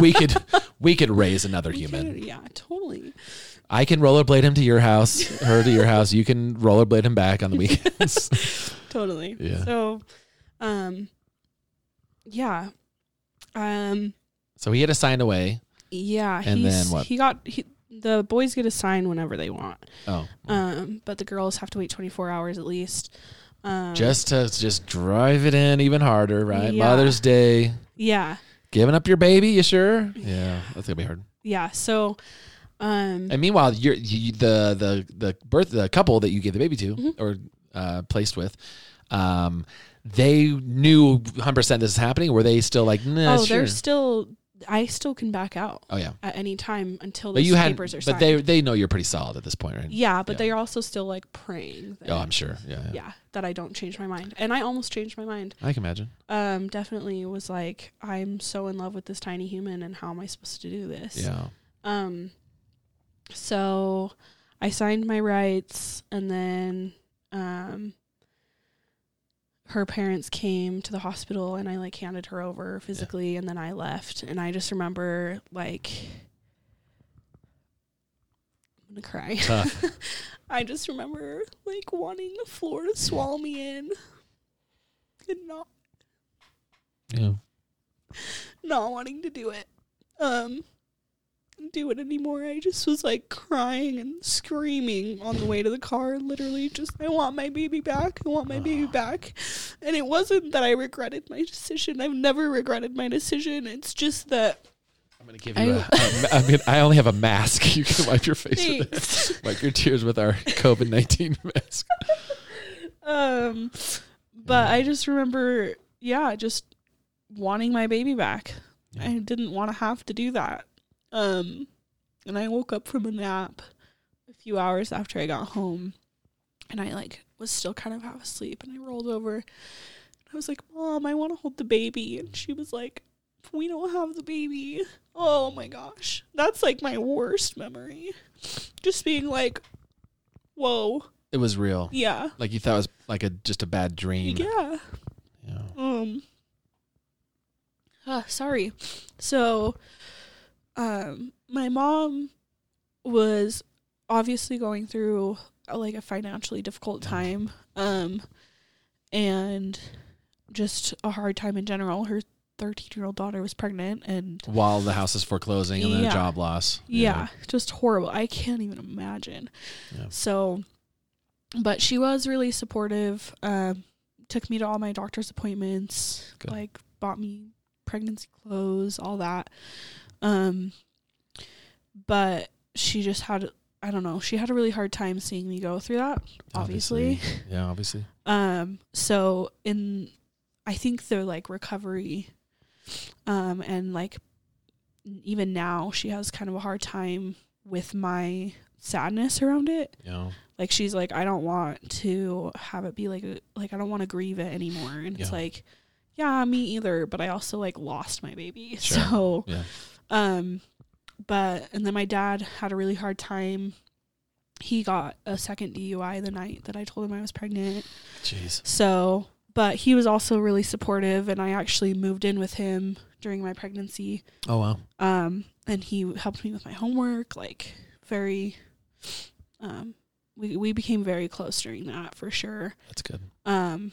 A: we could we could raise another
B: we
A: human.
B: could- yeah, totally.
A: I can rollerblade him to your house, her to your house. You can rollerblade him back on
B: (laughs)
A: the weekends.
B: Totally.
A: Yeah.
B: So um yeah. Um
A: so he had assigned away.
B: yeah,
A: And
B: he's
A: then what?
B: he got he, the boys get assigned whenever they want.
A: Oh,
B: Um, but the girls have to wait 24 hours at least. Um,
A: just to just drive it in even harder, right?
B: Yeah.
A: Mother's Day,
B: yeah,
A: giving up your baby. You sure? Yeah, that's gonna be hard.
B: yeah. So, um,
A: And meanwhile, you're, you the the the birth the couple that you gave the baby to
B: Mhm.
A: or uh, placed with, um, they knew 100 percent this is happening. Were they still like, nah,
B: oh,
A: sure?
B: they're still. I still can back out
A: Oh yeah,
B: at any time until
A: but
B: these
A: you had,
B: papers are
A: but
B: signed.
A: they they know you're pretty solid at this point, right?
B: yeah, but
A: yeah.
B: they're also still like praying. That,
A: Oh, I'm sure. Yeah, yeah.
B: yeah, that I don't change my mind, and I almost changed my mind.
A: I can imagine.
B: Um, definitely was like, I'm so in love with this tiny human, and how am I supposed to do this?
A: Yeah.
B: Um, so I signed my rights, and then um, her parents came to the hospital, and I like handed her over physically, and then I left. And I just remember like I'm gonna cry. (laughs)
A: Tough.
B: I just remember like wanting the floor to swallow me in, and not
A: Yeah.
B: not wanting to do it um do it anymore i just was like crying and screaming on the way to the car literally just i want my baby back i want my baby back and it wasn't that i regretted my decision i've never regretted my decision it's just that
A: I'm gonna give you. a- a- I'm gonna, (laughs) I only have a mask. (laughs) You can wipe your face with it.
B: thanks
A: Wipe your tears with our COVID nineteen (laughs) mask.
B: um but i just remember yeah just wanting my baby back
A: Yeah.
B: i didn't want to have to do that um and i woke up from a nap a few hours after i got home and i like was still kind of half asleep and i rolled over and i was like mom i want to hold the baby and she was like we don't have the baby oh my gosh that's like my worst memory just being like whoa
A: It was real.
B: yeah
A: Like you thought it was like a just a bad dream.
B: yeah
A: Yeah.
B: Um. ah, sorry. So, um, my mom was obviously going through uh, like a financially difficult time. Um, and just a hard time in general. Her thirteen-year-old daughter was pregnant, and
A: While the house is foreclosing and then a
B: Yeah.
A: job loss.
B: yeah, just horrible. I can't even imagine.
A: Yeah.
B: So, but she was really supportive. Um, took me to all my doctor's appointments.
A: Good.
B: Like bought me pregnancy clothes, all that. Um, but she just had I don't know. She had a really hard time seeing me go through that. Obviously.
A: Yeah, obviously.
B: Um, so in I think they're like recovery, um, and like even now she has kind of a hard time with my sadness around it.
A: Yeah.
B: Like she's like, I don't want to have it be like a, like I don't want to grieve it anymore. And it's
A: Yeah.
B: like, yeah, me either. But I also like lost my baby, (laughs)
A: Sure.
B: so
A: Yeah.
B: um, but and then my dad had a really hard time. He got a second DUI the night that I told him I was pregnant.
A: Jeez.
B: So, but he was also really supportive, and I actually moved in with him during my pregnancy.
A: Oh wow.
B: Um, and he helped me with my homework, like very. Um, we we became very close during that for sure.
A: That's good.
B: Um,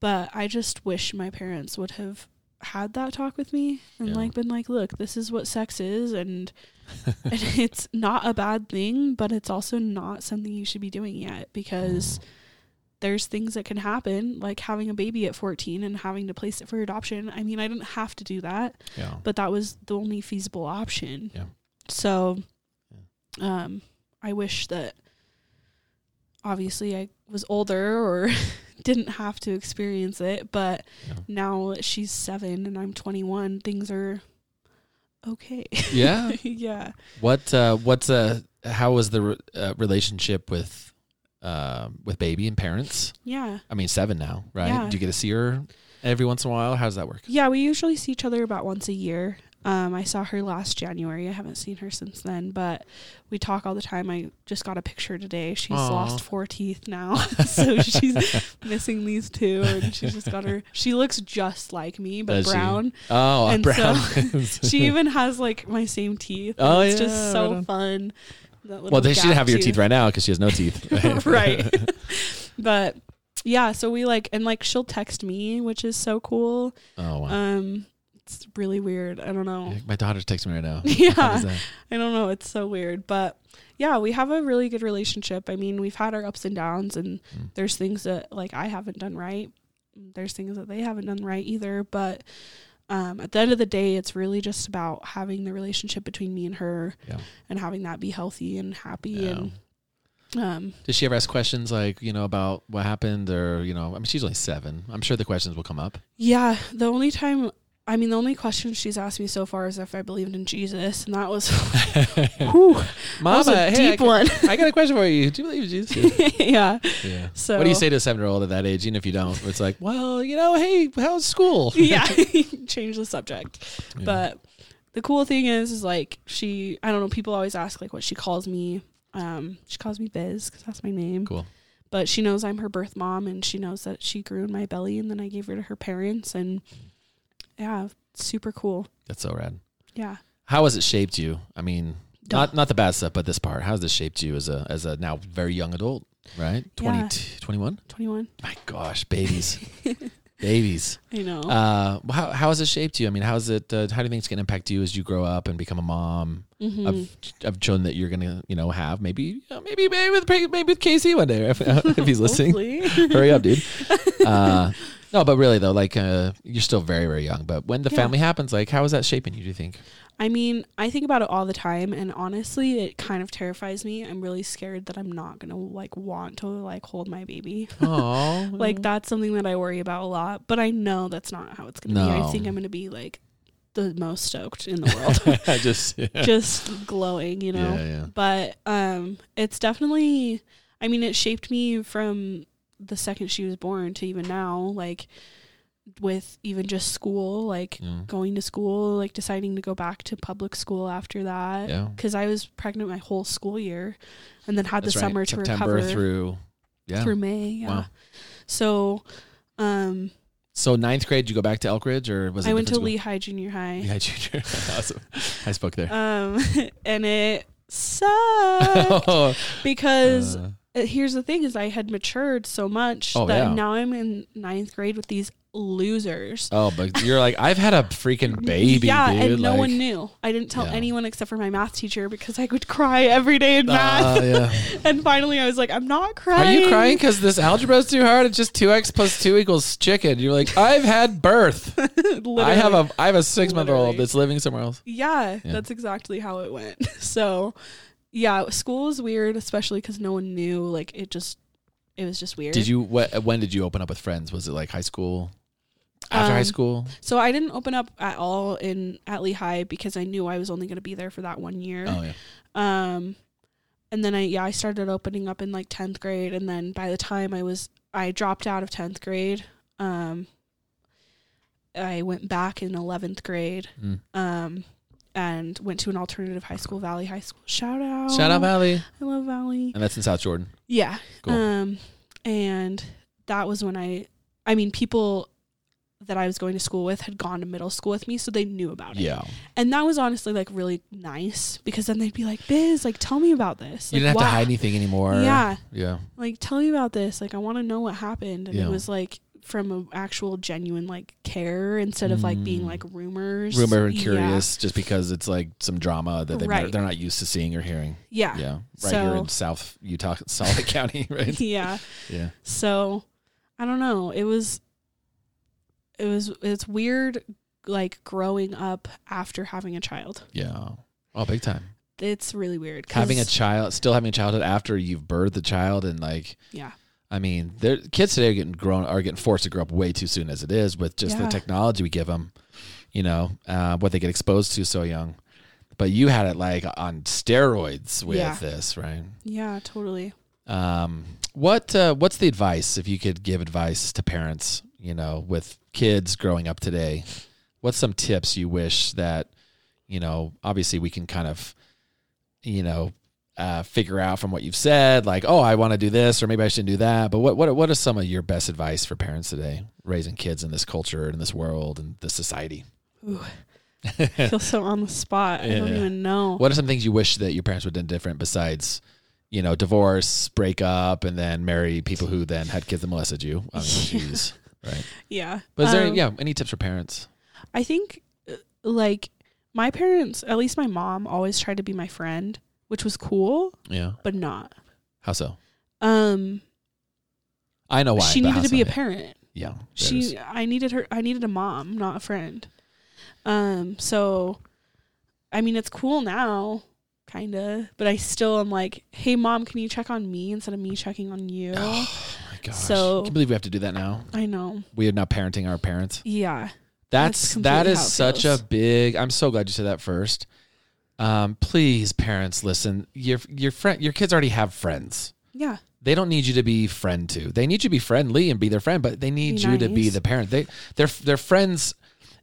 B: but I just wish my parents would have had that talk with me and
A: Yeah.
B: like been like, look, this is what sex is, and and it's not a bad thing, but it's also not something you should be doing yet because there's things that can happen, like having a baby at 14 and having to place it for adoption. I mean, I didn't have to do that, (laughs)
A: Yeah.
B: but that was the only feasible option.
A: Yeah.
B: So, um, I wish that obviously I was older or (laughs) didn't have to experience it, but
A: Yeah.
B: now that she's seven and I'm 21, things are okay.
A: Yeah.
B: (laughs) yeah.
A: What? Uh, what's? Uh, how was the re- uh, relationship with um, with baby and parents?
B: Yeah.
A: I mean, seven now, right?
B: Yeah.
A: Do you get to see her every once in a while? How does that work?
B: Yeah, we usually see each other about once a year. Um, I saw her last January. I haven't seen her since then, but we talk all the time. I just got a picture today. She's
A: Aw.
B: lost four teeth now, (laughs) so
A: (laughs)
B: she's missing these two, and she's just got her. She looks just like me, but
A: Does she?
B: brown.
A: Oh, (laughs)
B: And
A: Brown.
B: (laughs)
A: (laughs)
B: She, even has like my same teeth.
A: Oh,
B: it's
A: yeah,
B: just so
A: right on.
B: fun. That little
A: well, they should
B: gap
A: have your
B: tooth.
A: teeth right now because she has no teeth. (laughs)
B: (laughs) right. but yeah, so we like and like she'll text me, which is so cool.
A: Oh, wow.
B: Um, it's really weird. I don't know.
A: My daughter's texting me right
B: (laughs)
A: now. How
B: Um, Yeah,
A: is that?
B: I don't know. It's so weird, but yeah, we have a really good relationship. I mean, we've had our ups and downs, and
A: Mm.
B: there's things that like I haven't done right. There's things that they haven't done right either. But um, at the end of the day, it's really just about having the relationship between me and her,
A: Yeah.
B: and having that be healthy and happy.
A: Yeah.
B: And um,
A: Does she ever ask questions like, you know, about what happened or, you know, I mean, she's only seven. I'm sure the questions will come up. (laughs)
B: yeah, the only time. I mean, the only question she's asked me so far is if I believed in Jesus, and that was,
A: (laughs)
B: whew, that was
A: Mama,
B: a
A: hey, I
B: deep
A: got-
B: one. (laughs)
A: I got a question for you. Do you believe in Jesus?
B: yeah.
A: Yeah.
B: So
A: what do you say to a seven year old at that age? Even if you don't, it's like, well, you know, hey, how's
B: (laughs)
A: school?
B: (laughs) yeah, change the subject.
A: Yeah.
B: But the cool thing is, is like she. I don't know. People always ask like what she calls me. Um, she calls me Biz because that's my name.
A: Cool.
B: But she knows I'm her birth mom, and she knows that she grew in my belly, and then I gave her to her parents, and yeah, super cool.
A: That's so rad.
B: Yeah.
A: How has it shaped you? I mean,
B: Duh.
A: not not the bad stuff, but this part. How has this shaped you as a as a now very young adult? Right,
B: Yeah.
A: 20, 21?
B: 21.
A: My gosh,
B: (laughs)
A: babies, babies.
B: I know.
A: Uh, how how has it shaped you? I mean, how's it? Uh, how do you think it's gonna impact you as you grow up and become a mom
B: Mhm.
A: of of children that you're gonna you know have? Maybe uh, maybe maybe with maybe with Casey one day (laughs) if, if he's listening.
B: Hopefully. (laughs)
A: Hurry up, dude. Uh, no, but really though, like uh, you're still very very young. But when the
B: Yeah.
A: family happens, like how is that shaping you? Do you think?
B: I mean, I think about it all the time, and honestly, it kind of terrifies me. I'm really scared that I'm not gonna like want to like hold my baby.
A: Oh,
B: (laughs) Like that's something that I worry about a lot, but I know that's not how it's going to be.
A: No.
B: I think I'm going to be like the most stoked in the
A: (laughs)
B: world, (laughs)
A: just yeah.
B: just glowing, you know.
A: yeah, yeah.
B: But um it's definitely I mean it shaped me from the second she was born to even now, like with even just school, like
A: Mm.
B: going to school, like deciding to go back to public school after that.
A: Yeah.
B: Cuz I was pregnant my whole school year and then had
A: That's
B: the
A: right.
B: summer to
A: September
B: recover
A: through yeah.
B: through May. Yeah.
A: Wow.
B: So, um,
A: So ninth grade, you go back to Elk Ridge, or was it
B: I went to
A: different
B: Lehigh Junior
A: school?
B: High.
A: (laughs) Yeah, junior. (laughs) awesome. I spoke there.
B: Um, (laughs) and
A: (laughs)
B: it sucked Uh, because
A: Uh,
B: uh, here's the thing: is I had matured so much
A: Oh,
B: that
A: yeah.
B: now I'm in ninth grade with these losers.
A: oh, but you're like, I've had a freaking baby,
B: yeah,
A: dude.
B: and no
A: like,
B: one knew. I didn't tell
A: Yeah.
B: anyone except for my math teacher because I would cry every day
A: (laughs)
B: in
A: Ah,
B: math.
A: yeah.
B: (laughs) and finally, I was like, "I'm not
A: Are
B: crying."
A: you crying because this algebra is too hard? It's just two x plus two equals chicken. You're like, I've had birth. I
B: (laughs) Literally.
A: have a I have a six month old
B: Literally.
A: that's living somewhere else.
B: Yeah,
A: Yeah.
B: that's exactly how it went. (laughs) So, yeah, school is weird, especially because no one knew. Like, it just, it was just weird.
A: Did you what, when did you open up with friends? Was it like high school? After high
B: Um,
A: school?
B: So I didn't open up at all in at Lehigh because I knew I was only going to be there for that one year.
A: Oh yeah.
B: Um, and then I yeah I started opening up in like tenth grade, and then by the time I was I dropped out of tenth grade. Um, I went back in eleventh grade.
A: Mm.
B: Um. And went to an alternative high school, Valley High School. Shout out!
A: Shout out Valley.
B: I love Valley.
A: And that's in South Jordan.
B: Yeah.
A: Cool.
B: Um, and that was when I, I mean, people that I was going to school with had gone to middle school with me, so they knew about it.
A: Yeah.
B: And that was honestly like really nice because then they'd be like, Biz, like, tell me about this.
A: You
B: Like,
A: didn't have to
B: why-
A: hide anything anymore.
B: Yeah.
A: Yeah.
B: Like, tell me about this. Like, I want to know what happened. And
A: Yeah.
B: it was like from an actual genuine like care instead of like being
A: Mm.
B: like rumors.
A: Rumor and
B: Yeah.
A: curious just because it's like some drama that they've never,
B: Right.
A: they're not used to seeing or hearing.
B: Yeah.
A: Yeah. Right here
B: So-
A: in South Utah, Salt Lake County, (laughs)
B: (laughs)
A: right?
B: yeah.
A: Yeah.
B: So I don't know. It was it was it's weird like growing up after having a child.
A: Yeah. Oh, big time.
B: It's really weird. 'cause-
A: Having a child, still having a childhood after you've birthed the child and like
B: yeah.
A: I mean, there kids today are getting grown are getting forced to grow up way too soon as it is with just the
B: Yeah.
A: technology we give them, you know, uh, what they get exposed to so young. But you had it like on steroids with
B: Yeah.
A: this, right?
B: Yeah, totally.
A: Um, what uh, what's the advice if you could give advice to parents? You know, with kids growing up today, what's some tips you wish that you know? Obviously, we can kind of you know uh, figure out from what you've said, like, oh, I want to do this, or maybe I shouldn't do that. But what what what are some of your best advice for parents today raising kids in this culture, in this world, and this society?
B: Ooh, I feel so on the spot. I don't
A: Yeah.
B: even know.
A: What are some things you wish that your parents would have done different besides, you know, divorce, break up, and then marry people who then had kids that molested you?
B: (laughs)
A: I mean, jeez, right?
B: Yeah.
A: But is there,
B: Um,
A: yeah, any tips for parents?
B: I think uh, like my parents, at least my mom, always tried to be my friend, which was cool,
A: Yeah.
B: but not.
A: How so?
B: Um,
A: I know why.
B: she
A: but
B: needed
A: how
B: to be a
A: so?
B: parent.
A: Yeah. there's-
B: She, I needed her. I needed a mom, not a friend. Um, so, I mean, it's cool now, kind of, but I still am like, hey, mom, can you check on me instead of me checking on you?
A: Oh my gosh.
B: So-
A: Can you believe we have to do that now?
B: I know.
A: We are now parenting our parents.
B: Yeah.
A: That's that
B: That's completely
A: is
B: how it
A: such
B: feels.
A: a big. I'm so glad you said that first. Um, please, parents, listen. Your your friend, your kids already have friends.
B: Yeah.
A: They don't need you to be friend to. They need you to be friendly and be their friend, but they need
B: Be
A: you to be
B: nice.
A: the parent. They their their friends.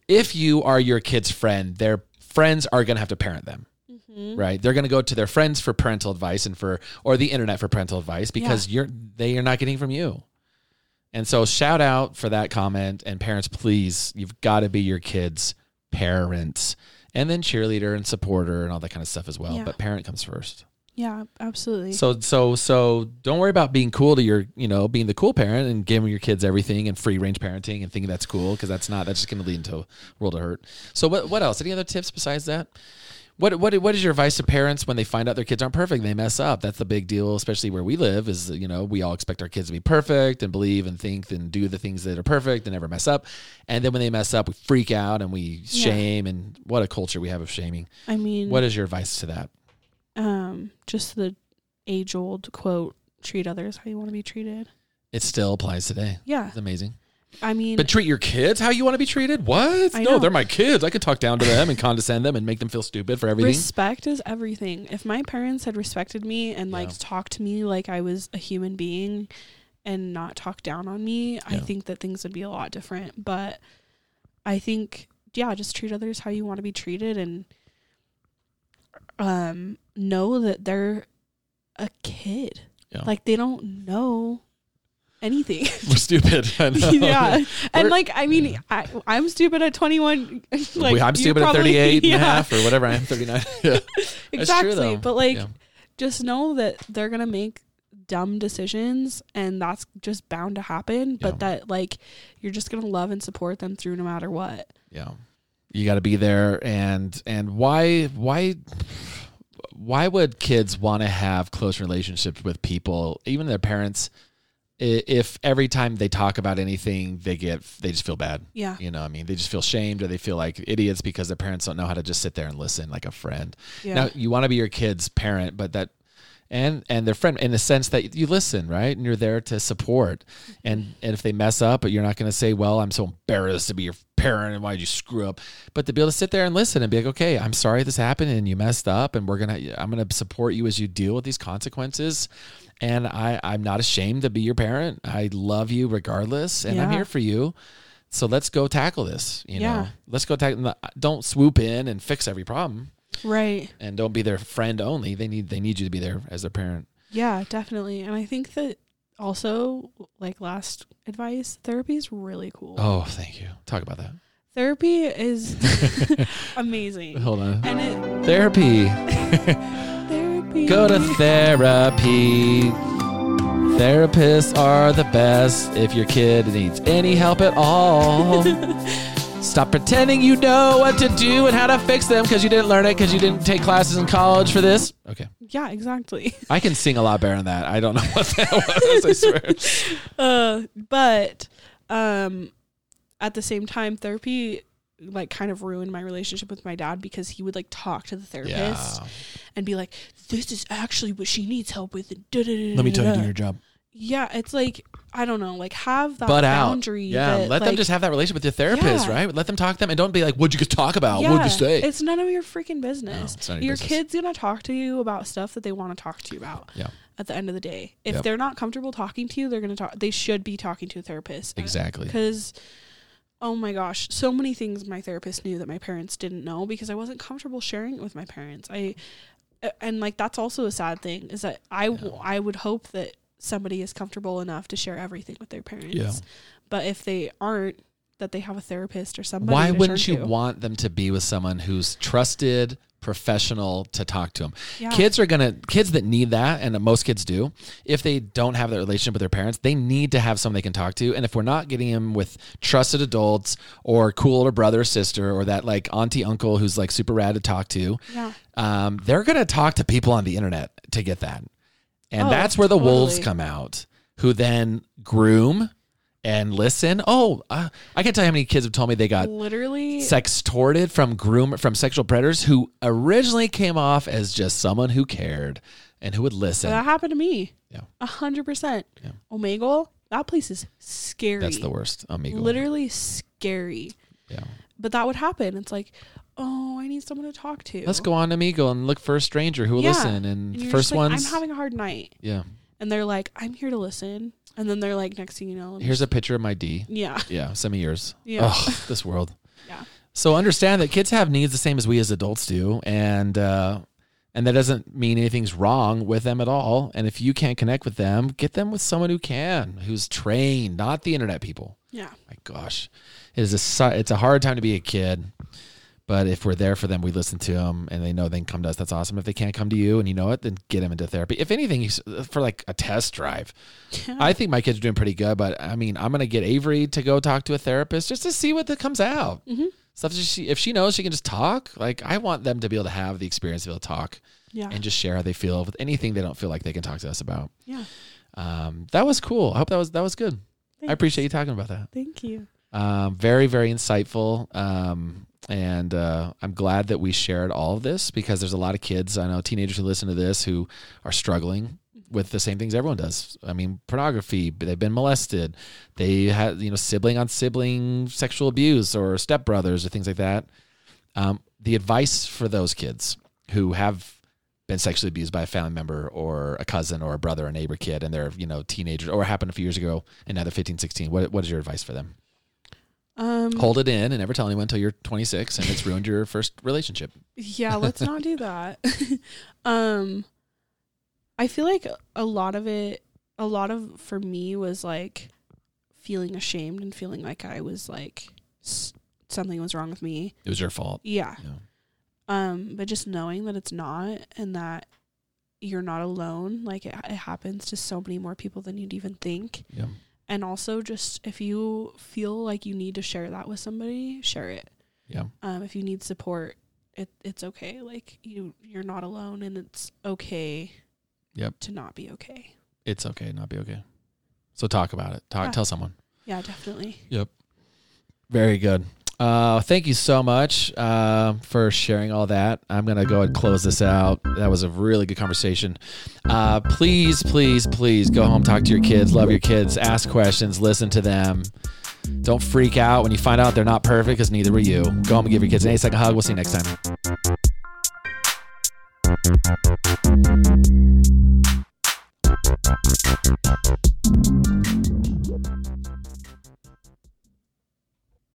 A: If you are your kid's friend, their friends are gonna have to parent them
B: Mm-hmm.
A: right they're going to go to their friends for parental advice and for or the internet for parental advice because you're they are not getting it from you and so shout out for that comment and parents please you've got to be your kids parents and then cheerleader and supporter and all that kind of stuff as well
B: Yeah.
A: but parent comes first
B: Yeah. Absolutely.
A: so so so don't worry about being cool to your you know being the cool parent and giving your kids everything and free range parenting and thinking that's cool because that's not that's just going to lead into a world of hurt. So what what else? Any other tips besides that? What what what is your advice to parents when they find out their kids aren't perfect? They mess up. That's the big deal, especially where we live. Is you know we all expect our kids to be perfect and believe and think and do the things that are perfect and never mess up. And then when they mess up, we freak out and we
B: Yeah.
A: shame. And what a culture we have of shaming.
B: I mean,
A: What is your advice to that?
B: um, just the age old quote: "Treat others how you want to be treated."
A: It still applies today.
B: Yeah.
A: It's amazing.
B: I mean,
A: But treat your kids how you want to be treated? What?
B: I
A: No,
B: know.
A: they're my kids. I could talk down to them and condescend them and make them feel stupid for everything.
B: Respect is everything. If my parents had respected me and like
A: Yeah.
B: talked to me like I was a human being and not talked down on me, I
A: Yeah.
B: think that things would be a lot different. But I think yeah, just treat others how you want to be treated and um know that they're a kid.
A: Yeah.
B: Like they don't know
A: (laughs) (laughs)
B: anything. (laughs)
A: We're stupid. I know.
B: yeah. And
A: We're-
B: like I mean I I'm stupid at (laughs) 21 like
A: We- I'm
B: you're
A: stupid at
B: probably- (laughs)
A: 38 and a
B: yeah.
A: half or whatever. I am 39. (laughs) yeah. That's true,
B: (laughs) exactly
A: though.
B: but like
A: Yeah.
B: just know that they're gonna make dumb decisions and that's just bound to happen but
A: Yeah.
B: that like you're just gonna love and support them through no matter what
A: Yeah. You got to be there and and why why why would kids want to have close relationships with people, even their parents, i- if every time they talk about anything, they get they just feel bad.
B: yeah
A: You know, what I mean, they just feel shamed or they feel like idiots because their parents don't know how to just sit there and listen like a friend.
B: yeah
A: Now you want to be your kid's parent, but that and and their friend in the sense that you listen, right? And you're there to support. And and if they mess up, you're not going to say, "Well, I'm so embarrassed to be your parent and why did you screw up?" But to be able to sit there and listen and be like, "Okay, I'm sorry this happened and you messed up and we're going to I'm going to support you as you deal with these consequences." And I, I'm not ashamed to be your parent. I love you regardless, and I'm
B: Yeah.
A: here for you. So let's go tackle this. You know,
B: Yeah.
A: let's go tackle. Don't swoop in and fix every problem
B: right
A: and don't be their friend only. They need they need you to be there as their parent.
B: yeah definitely and i think that also like last advice therapy is really cool
A: Oh, thank you. Talk about that.
B: therapy is (laughs)
A: (laughs)
B: amazing
A: Hold on.
B: and it
A: Therapy.
B: therapy
A: Go to therapy. Therapists are the best if your kid needs any help at
B: (laughs)
A: all. Stop pretending you know what to do and how to fix them because you didn't learn it because you didn't take classes in college for this. Okay.
B: yeah exactly
A: I can sing a lot better than that. I don't know (laughs) what that was, I swear.
B: uh, but um, at the same time, therapy like kind of ruined my relationship with my dad because he would like talk to the therapist
A: Yeah.
B: and be like, "This is actually what she needs help with." and da-da-da-da-da-da."
A: Let me tell you, do your job.
B: Yeah, it's like I don't know, like have that
A: butt out.
B: boundary.
A: Yeah,
B: that,
A: let them
B: like-
A: just have that relationship with your therapist,
B: Yeah.
A: right? Let them talk to them and don't be like, "What'd you talk about?
B: yeah,
A: What'd you say?"
B: It's none of your freaking business.
A: No, it's none of your
B: your
A: business.
B: kid's gonna talk to you about stuff that they want to talk to you about.
A: Yeah.
B: at the end of the day. If
A: Yep.
B: they're not comfortable talking to you, they're going to talk. They should be talking to a therapist.
A: Exactly.
B: Because, oh my gosh, so many things my therapist knew that my parents didn't know because I wasn't comfortable sharing it with my parents. I, and like that's also a sad thing is that I w- I would hope that somebody is comfortable enough to share everything with their parents.
A: Yeah.
B: But if they aren't, that they have a therapist or somebody.
A: Why
B: to
A: wouldn't
B: turn
A: you
B: to.
A: want them to be with someone who's trusted, professional to talk to them?
B: Yeah.
A: Kids are gonna kids that need that, and most kids do. If they don't have that relationship with their parents, they need to have someone they can talk to. And if we're not getting them with trusted adults or cool older brother or sister or that like auntie uncle who's like super rad to talk to,
B: Yeah.
A: um, they're gonna talk to people on the internet to get that, and
B: Oh,
A: that's where the wolves
B: totally.
A: come out, who then groom and listen. Oh, uh, I can't tell you how many kids have told me they got
B: Literally.
A: sextorted from groom from sexual predators who originally came off as just someone who cared and who would listen.
B: That happened to me.
A: Yeah.
B: A hundred percent.
A: Yeah.
B: Omegle, that place is scary.
A: That's the worst, amigo.
B: Literally scary.
A: Yeah.
B: But that would happen. It's like, oh, I need someone to talk to.
A: Let's go on amigo and look for a stranger who will
B: Yeah.
A: listen. And,
B: And
A: the
B: you're
A: first
B: just like,
A: one's
B: I'm having a hard night,
A: yeah.
B: and they're like, I'm here to listen, and then they're like, next thing you know, I'm
A: Here's a picture of my D.
B: just- yeah,
A: Yeah, send me yours.
B: Yeah.
A: Ugh, this world.
B: yeah,
A: So understand that kids have needs the same as we as adults do, and uh, and that doesn't mean anything's wrong with them at all. And if you can't connect with them, get them with someone who can, who's trained, not the internet people.
B: yeah.
A: My gosh, it is a si- it's a hard time to be a kid, but if we're there for them, we listen to them, and they know they can come to us. That's awesome. If they can't come to you, and you know it, then get them into therapy. If anything, you s- for like a test drive,
B: Mm.
A: I think my kids are doing pretty good, but I mean, I'm gonna get Avery to go talk to a therapist just to see what that comes out.
B: Mm-hmm.
A: Stuff that she, if she knows she can just talk, like I want them to be able to have the experience to be able to talk
B: Yeah.
A: and just share how they feel with anything they don't feel like they can talk to us about.
B: yeah.
A: Um, that was cool. I hope that was that was good. I
B: Thanks.
A: appreciate you talking about that.
B: Thank you.
A: Um, very very insightful. Um, and uh, I'm glad that we shared all of this because there's a lot of kids I know teenagers who listen to this who are struggling with the same things everyone does. I mean, pornography, but they've been molested. They had, you know, sibling on sibling sexual abuse or stepbrothers or things like that. Um, the advice for those kids who have been sexually abused by a family member or a cousin or a brother, a neighbor kid, and they're, you know, teenagers or happened a few years ago and now they're 15, 16. What, what is your advice for them?
B: Um,
A: Hold it in and never tell anyone until you're 26 and it's ruined your first relationship.
B: yeah let's not do that (laughs) um i feel like a lot of it a lot of for me was like feeling ashamed and feeling like i was like s- something was wrong with me
A: It was your fault.
B: yeah
A: Yeah.
B: um but just knowing that it's not and that you're not alone like it, it happens to so many more people than you'd even think
A: Yeah.
B: and also just if you feel like you need to share that with somebody share it
A: Yeah.
B: um, if you need support, it it's okay. Like you you're not alone, and it's okay.
A: Yep.
B: To not be okay.
A: It's okay. Not be okay. So talk about it. Talk,
B: Yeah.
A: tell someone.
B: Yeah, definitely.
A: Very good. Uh, thank you so much uh, for sharing all that. I'm going to go and close this out. That was a really good conversation. Uh, please, please, please go home, talk to your kids, love your kids, ask questions, listen to them. Don't freak out when you find out they're not perfect because neither were you. Go home and give your kids an eight second hug. We'll see you next time.